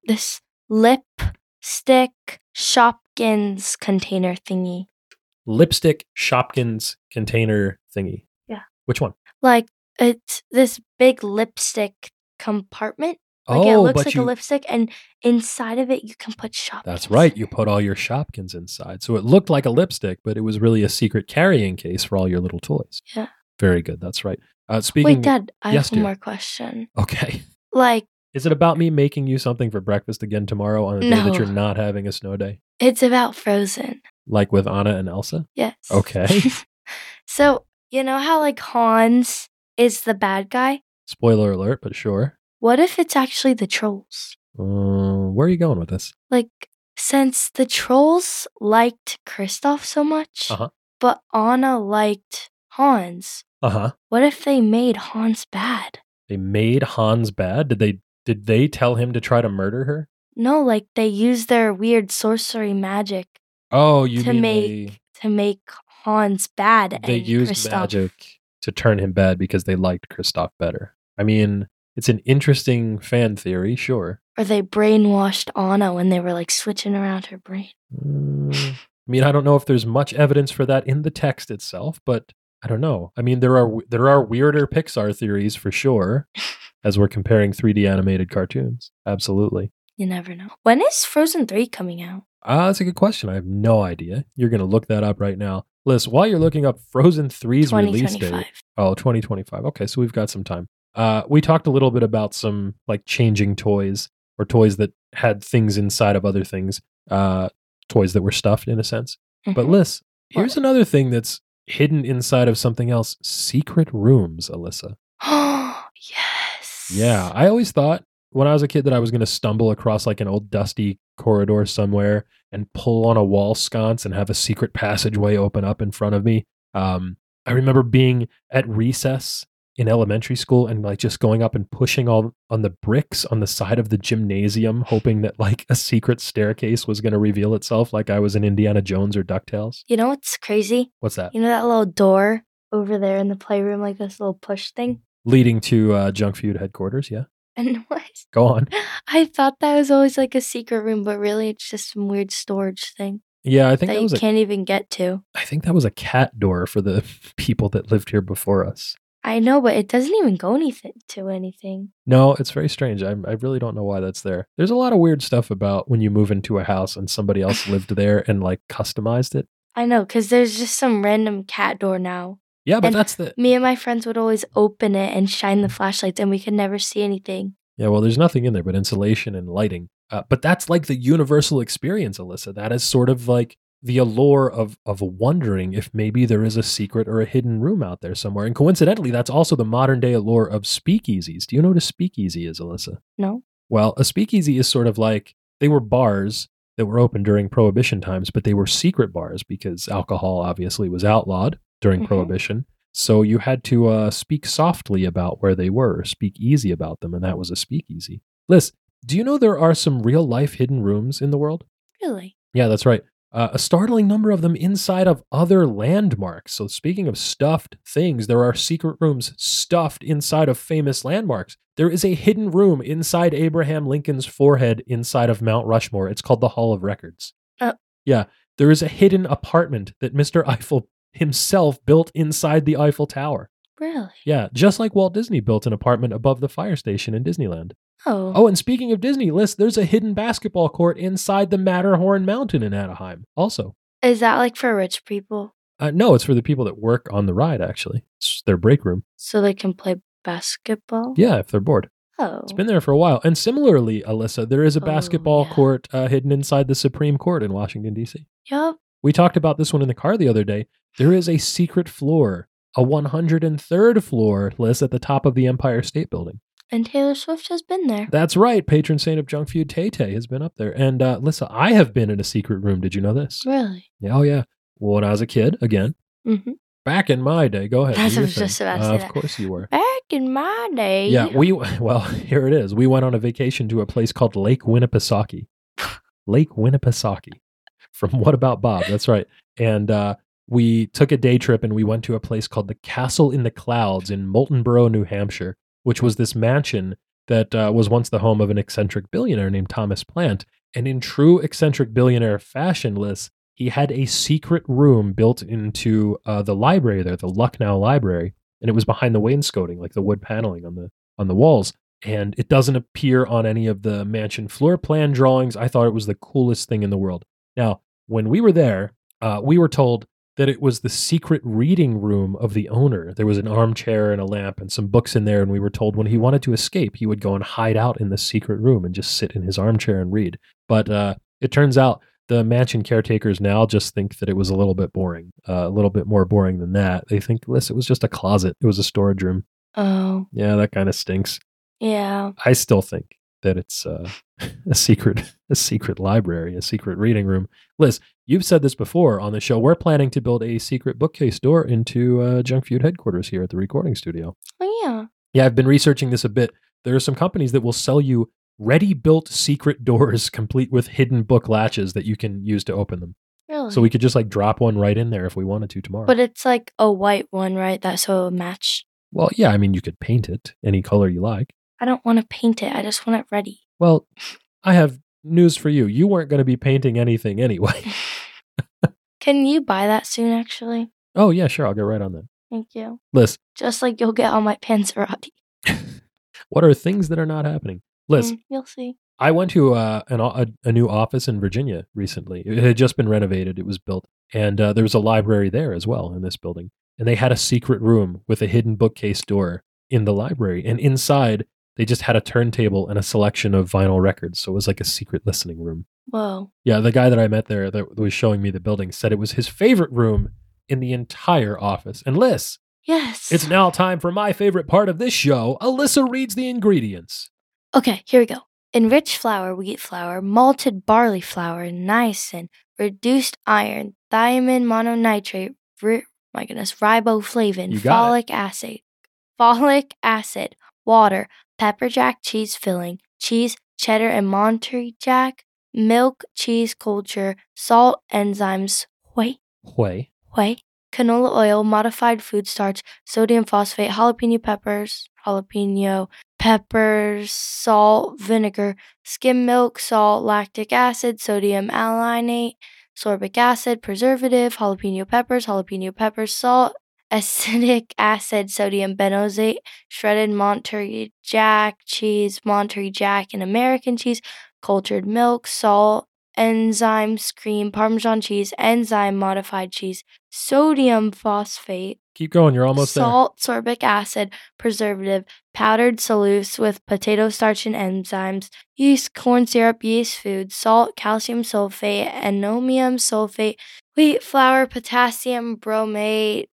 this lipstick Shopkins container thingy, Lipstick Shopkins container thingy. Yeah. Which one? like it's this big lipstick compartment. Like Oh, it looks like a lipstick, and inside of it you can put Shopkins. That's right. You put all your Shopkins inside. So it looked like a lipstick, but it was really a secret carrying case for all your little toys. Yeah. Very good. That's right. Uh, speaking. Wait, Dad, I Yes, have one dear. more question. Okay. Like, Is it about me making you something for breakfast again tomorrow on a day that No. you're not having a snow day, it's about Frozen. like with Anna and Elsa? Yes. Okay. so, you know how, like, Hans is the bad guy? Spoiler alert, but sure. What if it's actually the trolls? Uh, where are you going with this? Like, since the trolls liked Kristoff so much, Uh-huh. but Anna liked Hans, Uh huh. what if they made Hans bad? They made Hans bad. Did they? Did they tell him to try to murder her? No, like, they use their weird sorcery magic Oh, you to mean make to make Hans bad. they and used Kristoff- magic to turn him bad because they liked Kristoff better. I mean, it's an interesting fan theory, sure. or they brainwashed Anna when they were like switching around her brain. Mm, I mean, I don't know if there's much evidence for that in the text itself, but I don't know. I mean, there are there are weirder Pixar theories for sure, as we're comparing 3D animated cartoons. Absolutely. You never know. When is Frozen three coming out? Ah, that's a good question. I have no idea. You're going to look that up right now. Liz, while you're looking up Frozen 3's Twenty release twenty date, five. Oh, 2025. Okay, so we've got some time. Uh, we talked a little bit about some like changing toys or toys that had things inside of other things, uh, toys that were stuffed in a sense. Mm-hmm. But Liz, here's another thing that's hidden inside of something else secret rooms, Alyssa. oh yes. Yeah, I always thought when I was a kid that I was going to stumble across like an old dusty corridor somewhere and pull on a wall sconce and have a secret passageway open up in front of me. Um, I remember being at recess in elementary school and like just going up and pushing all on the bricks on the side of the gymnasium, hoping that like a secret staircase was going to reveal itself, like I was in Indiana Jones or Ducktales. You know what's crazy? What's that? You know that little door over there in the playroom, like this little push thing. Leading to uh, Junk Feud headquarters. Yeah, And what? go on. I thought that was always like a secret room, but really it's just some weird storage thing Yeah, I think that that you was a can't even get to. I think that was a cat door for the people that lived here before us. I know, but it doesn't even go anything to anything. No, it's very strange. I, I really don't know why that's there. There's a lot of weird stuff about when you move into a house and somebody else lived there and like customized it. I know, because there's just some random cat door now. Yeah, but And- that's the Me and my friends would always open it and shine the flashlights, and we could never see anything. yeah. Well, there's nothing in there but insulation and lighting. Uh, but that's like the universal experience, Alyssa. That is sort of like the allure of of wondering if maybe there is a secret or a hidden room out there somewhere. And coincidentally, that's also the modern day allure of speakeasies. Do you know what a speakeasy is, Alyssa? No? Well, a speakeasy is sort of like they were bars that were open during prohibition times, but they were secret bars because alcohol obviously was outlawed during Mhm. prohibition. So you had to uh, speak softly about where they were, speak easy about them, and that was a speakeasy. Liz, do you know there are some real life hidden rooms in the world? Really? Yeah, that's right. Uh, a startling number of them inside of other landmarks. So, speaking of stuffed things, there are secret rooms stuffed inside of famous landmarks. There is a hidden room inside Abraham Lincoln's forehead inside of Mount Rushmore. It's called the Hall of Records. Oh. Yeah. There is a hidden apartment that Mr. Eiffel himself built inside the Eiffel Tower. Really? Yeah. Just like Walt Disney built an apartment above the fire station in Disneyland. Oh. Oh, and speaking of Disney list, there's a hidden basketball court inside the Matterhorn Mountain in Anaheim. Also, Is that like for rich people uh, no, it's for the people that work on the ride. Actually, it's their break room. so they can play basketball? Yeah, if they're bored, Oh. it's been there for a while. And similarly, Alyssa, there is a Oh, basketball yeah. court uh, hidden inside the Supreme Court in Washington D.C. Yup. We talked about this one in the car the other day. There is a secret floor, a 103rd floor list at the top of the Empire State Building. And Taylor Swift has been there. That's right. Patron saint of junk food, Tay Tay, has been up there. And uh, Lissa, I have been in a secret room. Did you know this? Really? Yeah, Oh, yeah. Well, when I was a kid, again, Mm-hmm. back in my day, go ahead. That's do your what I was thing. just about to Uh, say Of that. course you were. Back in my day. Yeah, we, well, here it is. We went on a vacation to a place called Lake Winnipesaukee. Lake Winnipesaukee from What About Bob? That's right. And uh, we took a day trip and we went to a place called the Castle in the Clouds in Moultonboro, New Hampshire, which was this mansion that uh, was once the home of an eccentric billionaire named Thomas Plant. And in true eccentric billionaire fashion list, he had a secret room built into uh, the library there, the Lucknow Library, and it was behind the wainscoting, like the wood paneling on the on the walls. And it doesn't appear on any of the mansion floor plan drawings. I thought it was the coolest thing in the world. Now, when we were there, uh, we were told that it was the secret reading room of the owner. There was an armchair and a lamp and some books in there. And we were told when he wanted to escape, he would go and hide out in the secret room and just sit in his armchair and read. But uh, it turns out the mansion caretakers now just think that it was a little bit boring, uh, a little bit more boring than that. They think, listen, it was just a closet, it was a storage room. Oh. Yeah, that kind of stinks. Yeah. I still think that it's uh, a secret, a secret library, a secret reading room. Liz, you've said this before on the show. We're planning to build a secret bookcase door into uh, Junk Feud headquarters here at the recording studio. Oh yeah. Yeah, I've been researching this a bit. There are some companies that will sell you ready-built secret doors, complete with hidden book latches that you can use to open them. Really. So we could just like drop one right in there if we wanted to tomorrow. But it's like a white one, right? That's so it'll match. well, yeah, I mean, you could paint it any color you like. I don't want to paint it. I just want it ready. Well, I have news for you. You weren't going to be painting anything anyway. Can you buy that soon? Actually, Oh, yeah, sure. I'll get right on that. thank you. Liz, Just like you'll get all my Panzerati. what are things that are not happening? Liz, Mm, you'll see. I went to uh, an, o- a, a new office in Virginia recently. It had just been renovated, it was built. And uh, there was a library there as well in this building. And they had a secret room with a hidden bookcase door in the library. And inside, they just had a turntable and a selection of vinyl records. So it was like a secret listening room. Whoa. Yeah, the guy that I met there that was showing me the building said it was his favorite room in the entire office. And Liz, Yes. it's now time for my favorite part of this show. Alyssa reads the ingredients. Okay, here we go. Enriched flour, wheat flour, malted barley flour, niacin, reduced iron, thiamine mononitrate, ri- my goodness, riboflavin, You got folic acid, folic acid, water, pepper jack cheese filling, cheese, cheddar and Monterey Jack, milk, cheese culture, salt, enzymes, whey, Whey. whey, canola oil, modified food starch, sodium phosphate, jalapeno peppers, jalapeno peppers, salt, vinegar, skim milk, salt, lactic acid, sodium alginate, sorbic acid, preservative, jalapeno peppers, jalapeno peppers, salt, acetic acid, sodium benzoate, shredded Monterey Jack cheese, Monterey Jack and American cheese, cultured milk, salt, enzymes, cream, Parmesan cheese, enzyme modified cheese, sodium phosphate, Keep going. You're almost salt, sorbic acid, preservative, powdered solutes with potato starch and enzymes, yeast, corn syrup, yeast food, salt, calcium sulfate, ammonium sulfate, wheat flour, potassium bromate,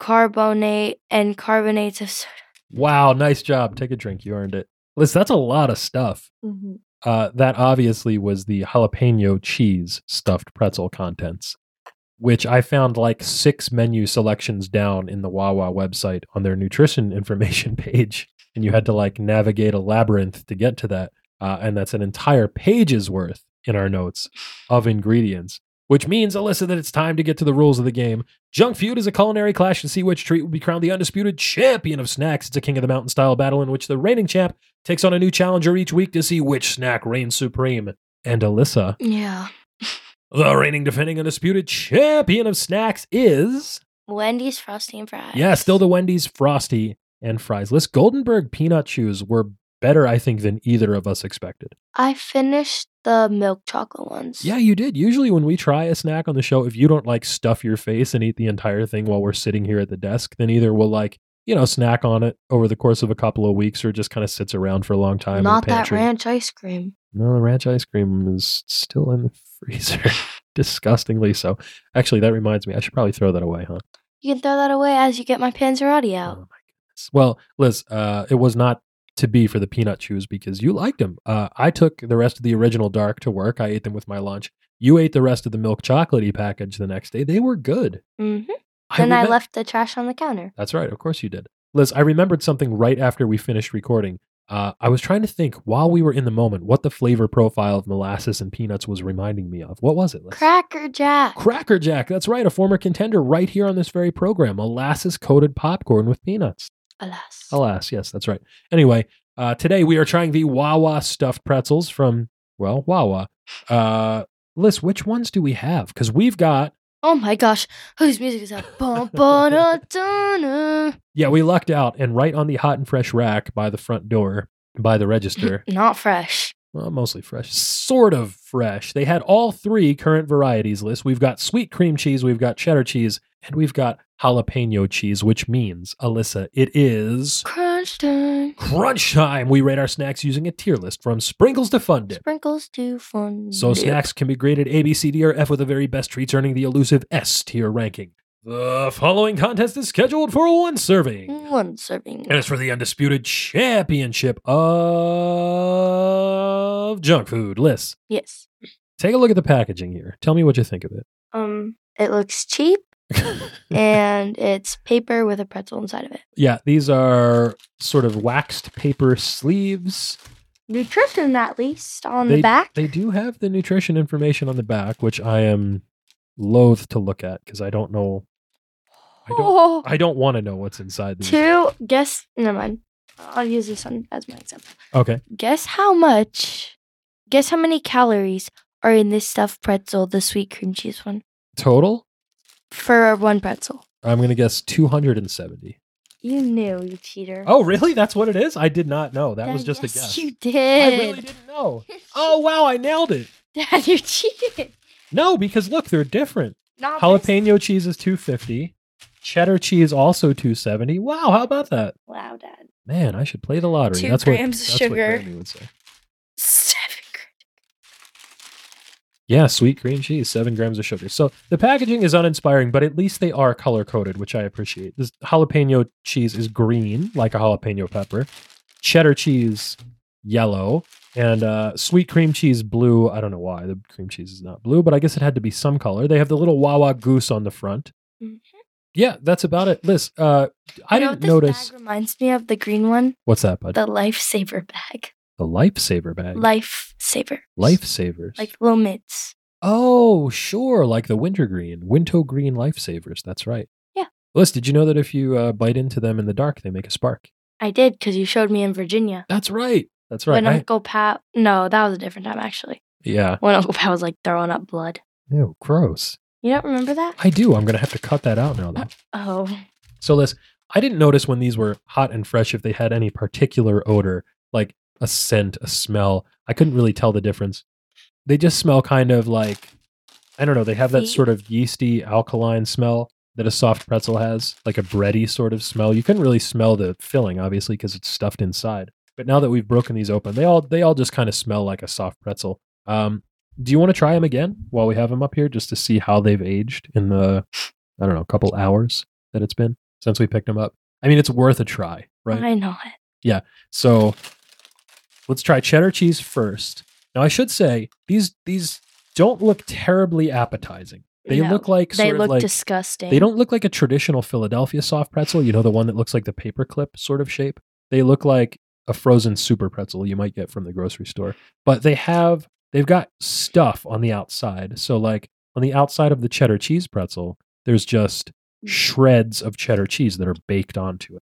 biocarbonate, and carbonates of soda. there. Wow, nice job. Take a drink. You earned it. Liz, that's a lot of stuff. Uh, that obviously was the jalapeno cheese stuffed pretzel contents, which I found like six menu selections down in the Wawa website on their nutrition information page. And you had to like navigate a labyrinth to get to that. Uh, and that's an entire page's worth in our notes of ingredients, which means, Alyssa, that it's time to get to the rules of the game. Junk Feud is a culinary clash to see which treat will be crowned the undisputed champion of snacks. It's a King of the Mountain style battle in which the reigning champ takes on a new challenger each week to see which snack reigns supreme. And Alyssa, Yeah. the reigning defending undisputed champion of snacks is, Wendy's Frosty and Fries. yeah, still the Wendy's Frosty and Fries list. Goldenberg peanut chews were better, I think, than either of us expected. I finished the milk chocolate ones. Yeah, you did. Usually, when we try a snack on the show, if you don't like stuff your face and eat the entire thing while we're sitting here at the desk, then either we'll like, you know, snack on it over the course of a couple of weeks or just kind of sits around for a long time. in the Not that pantry. ranch ice cream. No, the ranch ice cream is still in the freezer. Disgustingly so. Actually, that reminds me, I should probably throw that away, huh? You can throw that away as you get my panzerotti Oh my out. goodness. Well, Liz, uh, it was not to be for the peanut chews because you liked them. Uh, I took the rest of the original dark to work. I ate them with my lunch. You ate the rest of the milk chocolatey package the next day. They were good. hmm Then I remem- left the trash on the counter. That's right. Of course you did. Liz, I remembered something right after we finished recording. Uh, I was trying to think while we were in the moment what the flavor profile of molasses and peanuts was reminding me of. What was it, Liz? Cracker Jack. Cracker Jack. That's right. A former contender right here on this very program. Molasses coated popcorn with peanuts. Alas. Alas, yes, that's right. Anyway, uh, today we are trying the Wawa stuffed pretzels from, well, Wawa. Uh, Liz, which ones do we have? Because we've got, Oh my gosh, whose music is that? Bum, ba, da, da, na. yeah, we lucked out and right on the hot and fresh rack by the front door, by the register, Not fresh. well, mostly fresh, sort of fresh. They had all three current varieties, Liz. We've got sweet cream cheese, we've got cheddar cheese, and we've got jalapeno cheese, which means, Alyssa, it is Crunch time. crunch time. We rate our snacks using a tier list from sprinkles to fun dip. Sprinkles do fun. So dip. snacks can be graded A, B, C, D, or F with the very best treats earning the elusive S tier ranking. The following contest is scheduled for one serving. One serving. And it's for the undisputed championship of junk food. Liz, Yes. take a look at the packaging here. Tell me what you think of it. Um, it looks cheap, and it's paper with a pretzel inside of it. yeah, these are sort of waxed paper sleeves. Nutrition, at least, on the back. They do have the nutrition information on the back, which I am loath to look at because I don't know. I don't, Oh, I don't want to know what's inside these. two. Guess. Never mind. I'll use this one as my example. Okay. Guess how much? Guess how many calories are in this stuffed pretzel, the sweet cream cheese one, Total, for one pretzel? I'm going to guess 270. You knew, you cheater. Oh, really? That's what it is? I did not know. That was Dad, just yes, a guess. You I did. really didn't know. Oh, wow. I nailed it. Dad, you cheated. No, because look, they're different. Not this- Jalapeno cheese is 250. Cheddar cheese also 270. Wow. How about that? Wow, Dad. Man, I should play the lottery. Two that's grams of what, sugar. That's what Grammy would say. Seven. gra- Yeah, sweet cream cheese, seven grams of sugar. So the packaging is uninspiring, but at least they are color coded, which I appreciate. This jalapeno cheese is green, like a jalapeno pepper. Cheddar cheese, yellow. And uh, sweet cream cheese, blue. I don't know why the cream cheese is not blue, but I guess it had to be some color. They have the little Wawa goose on the front. Mhm. Yeah, that's about it. Liz, uh, I You know didn't what this notice. Bag reminds me of the green one, What's that, bud? The, the lifesaver bag. lifesaver bag. Lifesaver. lifesavers. Like little mitts. Oh, sure, like the wintergreen, wintergreen lifesavers. That's right. Yeah. Liz, did you know that if you uh, bite into them in the dark, they make a spark? I did because you showed me in Virginia That's right. That's right. when I- Uncle Pat. No, that was a different time actually. yeah. When Uncle Pat was like throwing up blood. Ew, gross. You don't remember that? I do. I'm going to have to cut that out now, though. Oh, So, Liz, I didn't notice when these were hot and fresh if they had any particular odor, like a scent, a smell. I couldn't really tell the difference. They just smell kind of like, I don't know, they have that Yeast. sort of yeasty, alkaline smell that a soft pretzel has, like a bready sort of smell. You couldn't really smell the filling, obviously, because it's stuffed inside. But now that we've broken these open, they all they all just kind of smell like a soft pretzel. Um, do you want to try them again while we have them up here, just to see how they've aged in the, I don't know, couple hours that it's been? since we picked them up. I mean, it's worth a try, right? I know it. So let's try cheddar cheese first. Now, I should say these these don't look terribly appetizing. They No, look like They sort look of like disgusting. they don't look like a traditional Philadelphia soft pretzel. You know, the one that looks like the paperclip sort of shape. They look like a frozen super pretzel you might get from the grocery store, but they have they've got stuff on the outside. So like on the outside of the cheddar cheese pretzel, there's just Hmm. shreds of cheddar cheese that are baked onto it.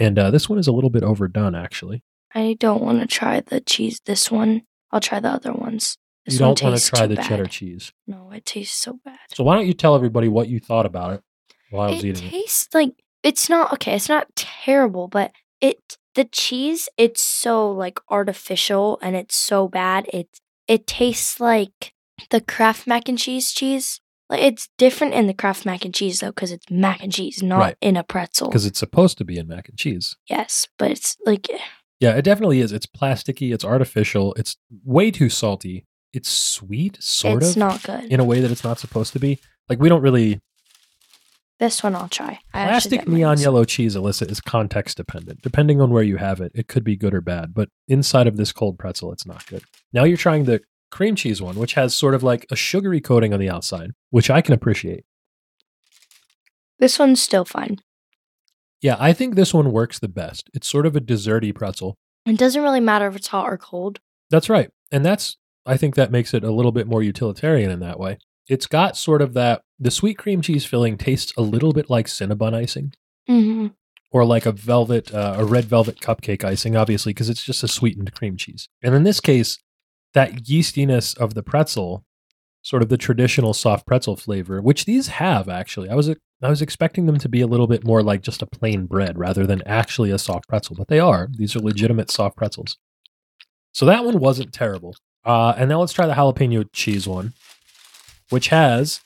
And uh, this one is a little bit overdone, actually. I don't want to try the cheese. This one, I'll try the other ones. This you one don't want to tastes try too the bad. cheddar cheese. No, it tastes so bad. So why don't you tell everybody what you thought about it while I was it eating it? tastes like it's not okay. It's not terrible, but it the cheese it's so like artificial and it's so bad. It it tastes like the Kraft mac and cheese cheese. Like it's different in the Kraft mac and cheese though, because it's mac and cheese, not Right. in a pretzel. Because it's supposed to be in mac and cheese. Yes, but it's like Yeah, it definitely is. It's plasticky. It's artificial. It's way too salty. It's sweet, sort it's of, not good. in a way that it's not supposed to be. Like we don't really this one I'll try. I actually plastic got mine neon this- yellow cheese. Alyssa is context dependent. Depending on where you have it, it could be good or bad. But inside of this cold pretzel, it's not good. Now you're trying the cream cheese one, which has sort of like a sugary coating on the outside, which I can appreciate. This one's still fine. Yeah, I think this one works the best. It's sort of a desserty pretzel. It doesn't really matter if it's hot or cold. That's right. And that's I think that makes it a little bit more utilitarian in that way. It's got sort of that the sweet cream cheese filling tastes a little bit like Cinnabon icing Mm-hmm. or like a velvet uh, a red velvet cupcake icing obviously because it's just a sweetened cream cheese. And in this case, that yeastiness of the pretzel, sort of the traditional soft pretzel flavor, which these have actually. I was I was expecting them to be a little bit more like just a plain bread rather than actually a soft pretzel, but they are. These are legitimate soft pretzels. So that one wasn't terrible. Uh, and now let's try the jalapeno cheese one, which has,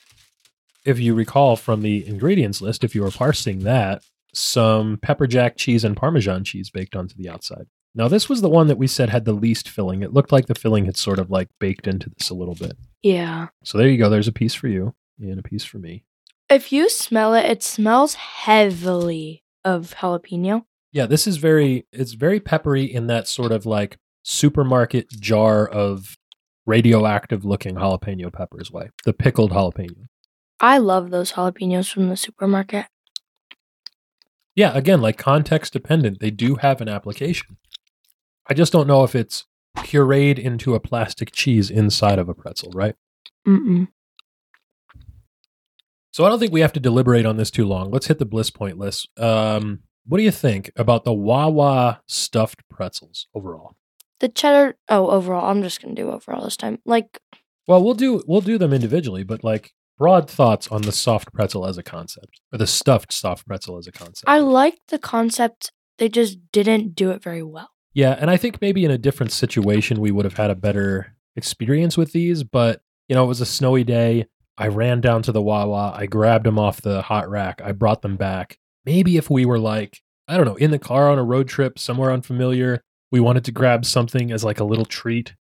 if you recall from the ingredients list, if you were parsing that, some pepper jack cheese and parmesan cheese baked onto the outside. Now, this was the one that we said had the least filling. It looked like the filling had sort of like baked into this a little bit. Yeah. So there you go. There's a piece for you and a piece for me. If you smell it, it smells heavily of jalapeno. Yeah, this is very it's very peppery in that sort of like supermarket jar of radioactive looking jalapeno peppers way. The pickled jalapeno. I love those jalapenos from the supermarket. Yeah, again, like context dependent, they do have an application. I just don't know if it's pureed into a plastic cheese inside of a pretzel, right? Mm-mm. So I don't think we have to deliberate on this too long. Let's hit the bliss point list. Um, what do you think about the Wawa stuffed pretzels overall? The cheddar. Oh, overall, I'm just gonna do overall this time. Like, Well, we'll do we'll do them individually, but like broad thoughts on the soft pretzel as a concept or the stuffed soft pretzel as a concept. I like the concept. They just didn't do it very well. yeah, and I think maybe in a different situation we would have had a better experience with these, but you know, it was a snowy day. I ran down to the Wawa, I grabbed them off the hot rack, I brought them back. Maybe if we were like, I don't know, in the car on a road trip somewhere unfamiliar, we wanted to grab something as like a little treat.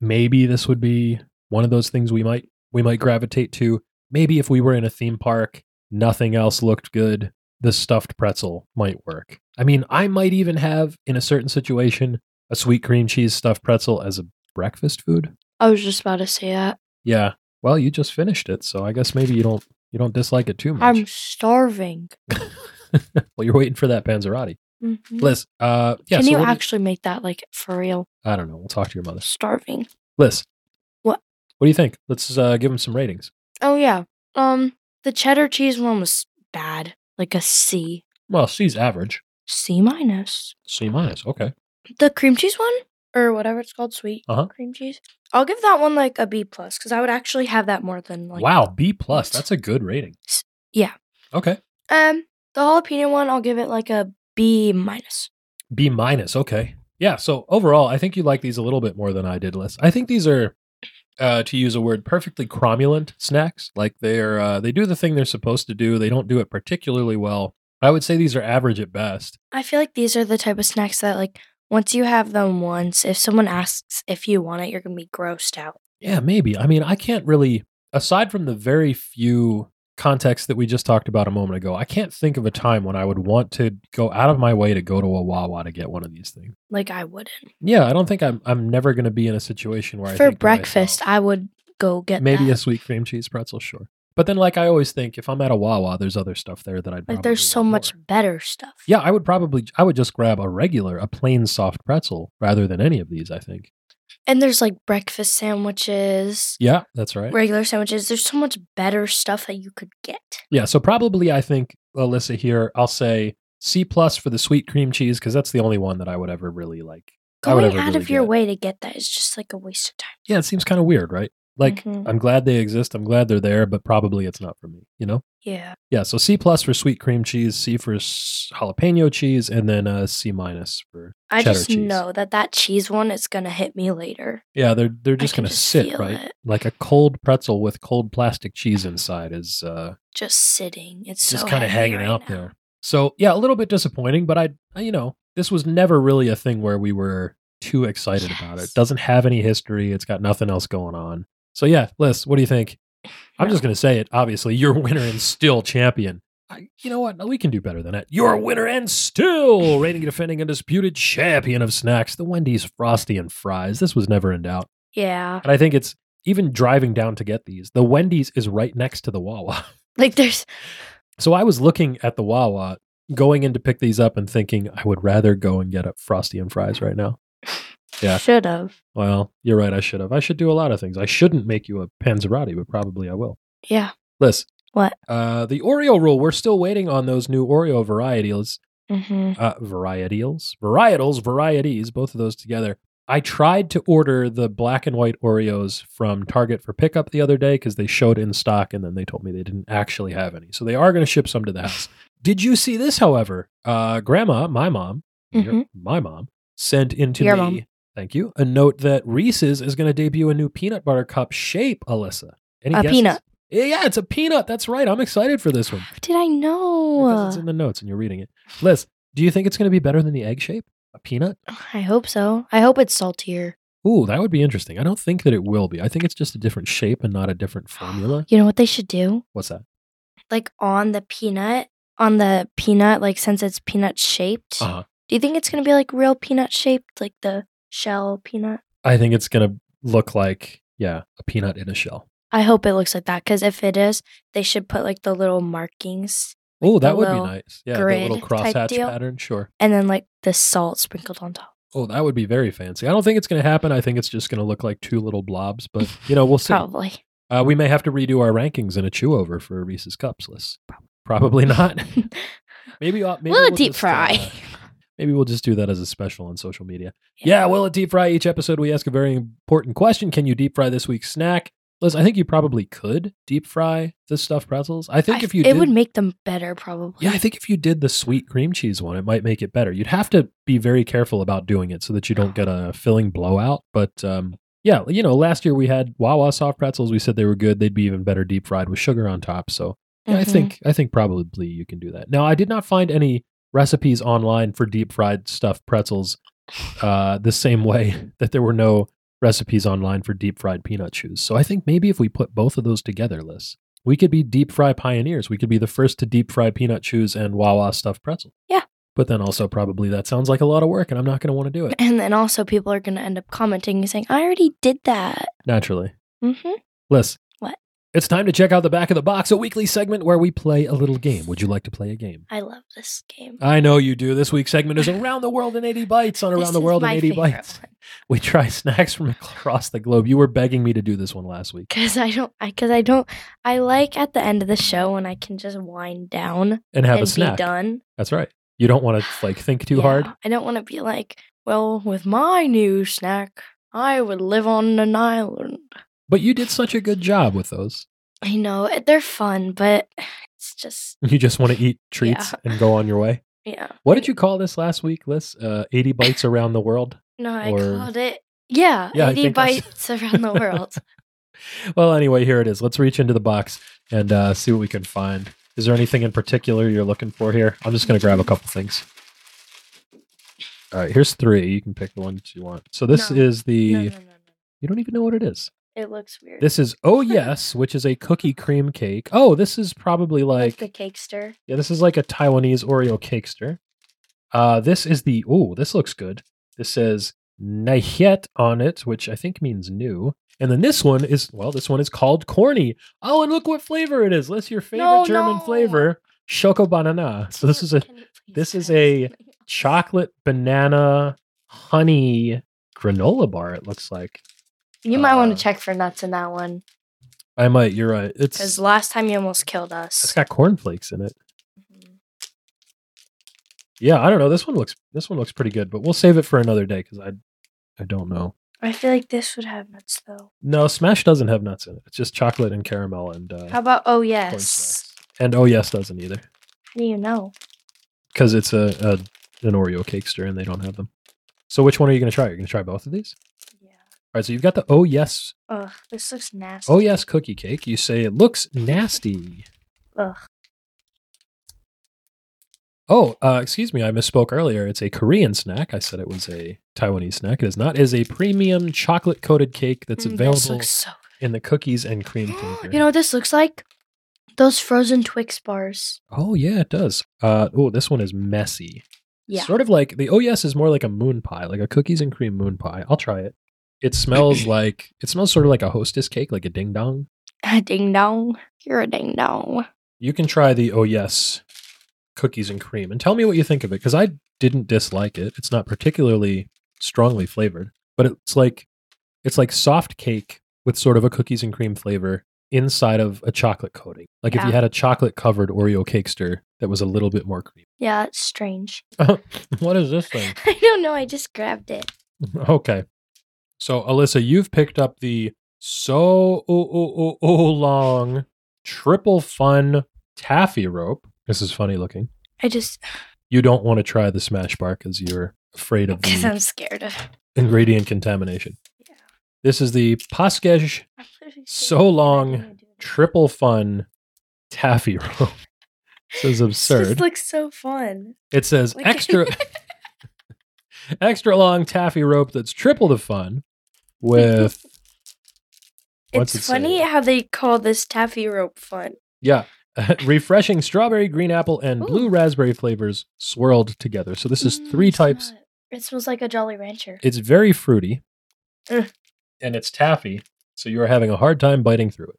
Maybe this would be one of those things we might we might gravitate to. Maybe if we were in a theme park, nothing else looked good, the stuffed pretzel might work. I mean, I might even have in a certain situation a sweet cream cheese stuffed pretzel as a breakfast food. I was just about to say that. Yeah. Well, you just finished it, so I guess maybe you don't you don't dislike it too much. I'm starving. well, you're waiting for that panzerati. Mhm. Liz, uh, yeah. Can so you what do actually make that like for real? I don't know. We'll talk to your mother. Starving. Liz. What? What do you think? Let's uh, give them some ratings. Oh yeah. Um, the cheddar cheese one was bad. Like a C, Well, C's average. C minus. C minus. Okay. the cream cheese one or whatever it's called sweet Uh-huh. cream cheese i'll give that one like a b plus because i would actually have that more than like wow, B plus. That's a good rating. Oh, S- yeah. Okay. um the jalapeno one i'll give it like a b minus B minus. Okay. Yeah. So overall, I think you like these a little bit more than I did, Liz. I think these are, uh, to use a word, perfectly cromulent snacks. Like they're uh, they do the thing they're supposed to do. They don't do it particularly well. I would say these are average at best. i feel like these are the type of snacks that like once you have them once if someone asks if you want it you're gonna be grossed out Yeah, maybe. I mean, I can't really, aside from the very few contexts that we just talked about a moment ago, I can't think of a time when I would want to go out of my way to go to a Wawa to get one of these things. like i wouldn't Yeah, I don't think I'm. I'm never going to be in a situation where I for think to myself, breakfast i would go get maybe that. a sweet cream cheese pretzel, sure. But then, like I always think, if I'm at a Wawa, there's other stuff there that I'd. like probably there's so want much more. better stuff Yeah, I would probably. I would just grab a regular, a plain soft pretzel, rather than any of these. I think. And there's like breakfast sandwiches, Yeah, that's right. regular sandwiches. There's so much better stuff that you could get. Yeah, so probably I think Alyssa here. I'll say C plus for the sweet cream cheese because that's the only one that I would ever really like. I would Going ever out really of your get. way to get that is just like a waste of time. Yeah, it seems kind of weird, right? Like Mhm. I'm glad they exist. I'm glad they're there, but probably it's not for me. You know? Yeah. Yeah. So C plus for sweet cream cheese, C for s- jalapeno cheese, and then uh, C minus for I cheddar just cheese. know that that cheese one is going to hit me later. Yeah, they're they're just can gonna just sit feel right. it. Like a cold pretzel with cold plastic cheese inside is uh, Just sitting. It's just so kind of heavy hanging right out now. there. So yeah, a little bit disappointing, but I I- you know this was never really a thing where we were too excited about it. Yes. Doesn't have any history. It's got nothing else going on. So yeah, Liz, what do you think? I'm just gonna say it. Obviously, you're winner and still champion. I, you know what? We can do better than that. You're winner and still reigning, defending, undisputed champion of snacks, the Wendy's Frosty and Fries. This was never in doubt. Yeah. And I think it's even driving down to get these. The Wendy's is right next to the Wawa. Like there's So I was looking at the Wawa going in to pick these up and thinking I would rather go and get a frosty and fries right now. Yeah. should have. Well, you're right. I should have. I should do a lot of things. I shouldn't make you a panzerati, but probably I will. Yeah. Liz. What? Uh, the Oreo rule. We're still waiting on those new Oreo varietals. Mm-hmm. Uh, varietals, varietals, varieties. Both of those together. I tried to order the black and white Oreos from Target for pickup the other day because they showed in stock, and then they told me they didn't actually have any. So they are going to ship some to the house. Did you see this? However, uh, Grandma, my mom, your- Mhm. my mom, sent into Your me. mom. Thank you. A note that Reese's is going to debut a new peanut butter cup shape, Alyssa. Any A guesses? peanut. Yeah, Yeah, it's a peanut. That's right. I'm excited for this one How did I because it's know? in the notes and you're reading it. Liz, do you think it's going to be better than the egg shape? A peanut? I hope so. I hope it's saltier. Ooh, that would be interesting. I don't think that it will be. I think it's just a different shape and not a different formula. You know what they should do? What's that? Like on the peanut, on the peanut, like since it's peanut shaped. Uh-huh. Do you think it's gonna be like real peanut shaped, like the shell peanut? I think it's going to look like, yeah, a peanut in a shell. I hope it looks like that because if it is, they should put like the little markings Oh, that the would be little nice. Yeah, that little grid type crosshatch deal. pattern. Sure. and then like the salt sprinkled on top. Oh, that would be very fancy. I don't think it's going to happen. I think it's just going to look like two little blobs, but you know, we'll see. Probably. Uh, we may have to redo our rankings in a chew over for Reese's Cups list. Probably not. maybe I'll- maybe Will it we'll deep just, fry? uh, maybe we'll just do that as a special on social media. Yeah. will it deep fry? Each episode we ask a very important question. Can you deep fry this week's snack? Liz, I think you probably could deep fry the stuffed pretzels. I think I- if you it did, would make them better, probably. yeah, I think if you did the sweet cream cheese one, it might make it better. You'd have to be very careful about doing it so that you don't get Ah. a filling blowout. But um, yeah, you know, last year we had Wawa soft pretzels. We said they were good. They'd be even better deep fried with sugar on top. So yeah, I Mhm. think I think probably you can do that. Now, I did not find any recipes online for deep fried stuffed pretzels uh, the same way that there were no recipes online for deep fried peanut shoes. So I think maybe if we put both of those together, Liz, we could be deep fry pioneers. We could be the first to deep fry peanut shoes and Wawa stuffed pretzel. Yeah. But then also probably that sounds like a lot of work, and I'm not going to want to do it And then also people are going to end up commenting and saying, "I already did that." naturally. Mm-hmm. Liz. What? It's time to check out the back of the box, a weekly segment where we play a little game. Would you like to play a game? I love this game. I know you do. This week's segment is Around the World in 80 Bites on Around This the is World in my 80 favorite Bites. We try snacks from across the globe. You were begging me to do this one last week. Cause I don't, I cause I don't, I like at the end of the show when I can just wind down And have and a snack. be done. That's right. You don't want to like think too Yeah, hard. I don't want to be like, well, with my new snack, I would live on an island. But you did such a good job with those. I know it- they're fun, but it's just You just want to eat treats Yeah. and go on your way. yeah. What did you call this last week, Liz? Uh, 80 bites around the world. No, I Or- called it. Yeah, Yeah, I 80 think that's- bites around the world. Well, anyway, here it is. Let's reach into the box and uh, see what we can find. Is there anything in particular you're looking for here? I'm just going to grab a couple things. All right, here's three. You can pick the one that you want. So this No. is the. No, no, no, no. You don't even know what it is. It looks weird. This is Oh Yes, which is a cookie cream cake. Oh, this is probably like like the cakester. yeah, this is like a Taiwanese Oreo cakester. Uh, this is the oh, this looks good. This says Naihet on it, which I think means new. And then this one is well, this one is called corny. Oh, and look what flavor it is. Let's your favorite No, German no. flavor, Schoko Banana. So this is a Can you please this is pass a me? chocolate banana honey granola bar. It looks like You might want Uh, to check for nuts in that one I might. You're right. because It's last time you almost killed it's us. Mm-hmm. got cornflakes in it. Yeah, I don't know. This one looks this one looks pretty good, but we'll save it for another day because I I don't know. I feel like this would have nuts though. No, Smash doesn't have nuts in it. It's just chocolate and caramel and uh, How about oh corn yes? snacks. And oh yes, doesn't either How do you know? because it's a, a an Oreo cakester and they don't have them. So which one are you going to try? You're going to try both of these. Yeah. All right. So you've got the oh yes Ugh, this looks nasty. oh yes cookie cake. You say it looks nasty. Ugh. Oh, uh, excuse me. I misspoke earlier. It's a Korean snack. I said it was a Taiwanese snack. It is not. It is a premium chocolate coated cake that's Mm, This available looks so. in the cookies and cream flavor. you know what this looks like? Those frozen Twix bars. oh, yeah, it does. Uh, oh, this one is messy. Yeah. Sort of like the oh yes is more like a moon pie, like a cookies and cream moon pie. I'll try it. It smells like it smells sort of like a hostess cake, like a ding dong. ding dong. You're a ding dong. You can try the oh yes cookies and cream and tell me what you think of it because I didn't dislike it. It's not particularly strongly flavored, but it's like it's like soft cake with sort of a cookies and cream flavor inside of a chocolate coating. Like if Yeah. you had a chocolate covered Oreo cakester that was a little bit more creamy. Yeah, it's strange. what is this thing? I don't know. I just grabbed it. Okay. So Alyssa, you've picked up the so oh, oh, oh, oh, long triple fun taffy rope. This is funny looking. I just You don't want to try the smash bar because you're afraid of because the I'm scared of. ingredient contamination. Yeah. This is the Paskej I'm literally scared So of what I'm long, gonna do. triple fun taffy rope. This is absurd. This looks so fun. It says Like- extra extra long taffy rope that's triple the fun with What's it's it say? funny how they call this taffy rope fun. Yeah. Refreshing strawberry, green apple, and blue Ooh. raspberry flavors swirled together. So this is three types. Mm, It smells like a Jolly Rancher. It's very fruity. Ugh. And it's taffy. So you are having a hard time biting through it.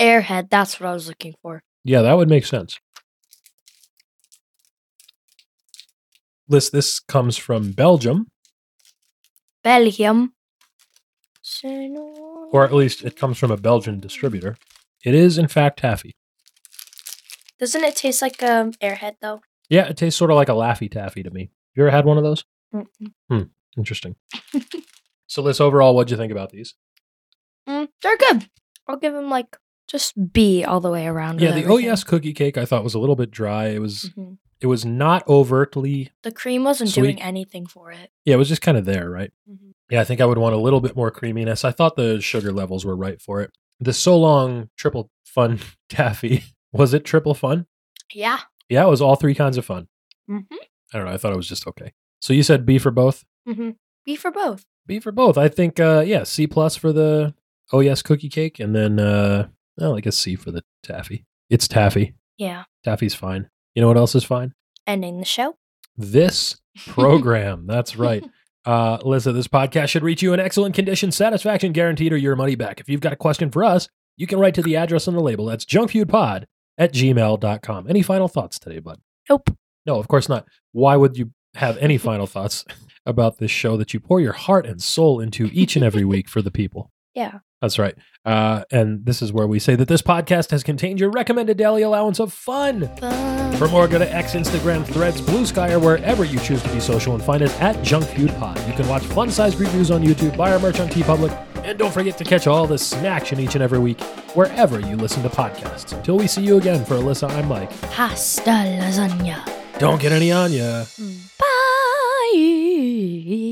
Airhead. That's what I was looking for. Yeah, that would make sense. This this comes from Belgium, Belgium. or Or at least it comes from a Belgian distributor. It is in fact taffy. Doesn't it taste like um airhead though? Yeah, it tastes sort of like a laffy taffy to me. You ever had one of those? Mm, Interesting. so Liz, overall, what'd you think about these? Mm, they're good. I'll give them like just B all the way around. Yeah, with the oh everything. yes cookie cake I thought was a little bit dry. It was Mhm. it was not overtly The cream wasn't Sweet. doing anything for it. yeah, it was just kind of there, right? Mhm. Yeah, I think I would want a little bit more creaminess. I thought the sugar levels were right for it. The so long triple fun taffy. Was it triple fun? Yeah. Yeah, it was all three kinds of fun. Mm-hmm. I don't know. I thought it was just okay. So you said B for both? Mm-hmm. B for both. B for both. I think uh yeah, C plus for the oh yes cookie cake and then uh well, I guess C for the taffy. It's taffy. Yeah. Taffy's fine. You know what else is fine? Ending the show. This program. That's right. Uh, Lisa, this podcast should reach you in excellent condition, satisfaction guaranteed, or your money back. If you've got a question for us, you can write to the address on the label. That's junkfeudpod at gmail.com. Any final thoughts today, bud? Nope. No, of course not. Why would you have any final thoughts about this show that you pour your heart and soul into each and every week for the people? Yeah. That's right. Uh, and this is where we say that this podcast has contained your recommended daily allowance of fun. Bye. For more, go to X, Instagram, Threads, Blue Sky, or wherever you choose to be social and find us at Junk Food Pod. You can watch fun-sized reviews on YouTube, buy our merch on TeePublic, and don't forget to catch all the snacks in each and every week wherever you listen to podcasts. Until we see you again, for Alyssa, I'm Mike. Hasta lasagna. Mm. Don't get any on ya. Bye.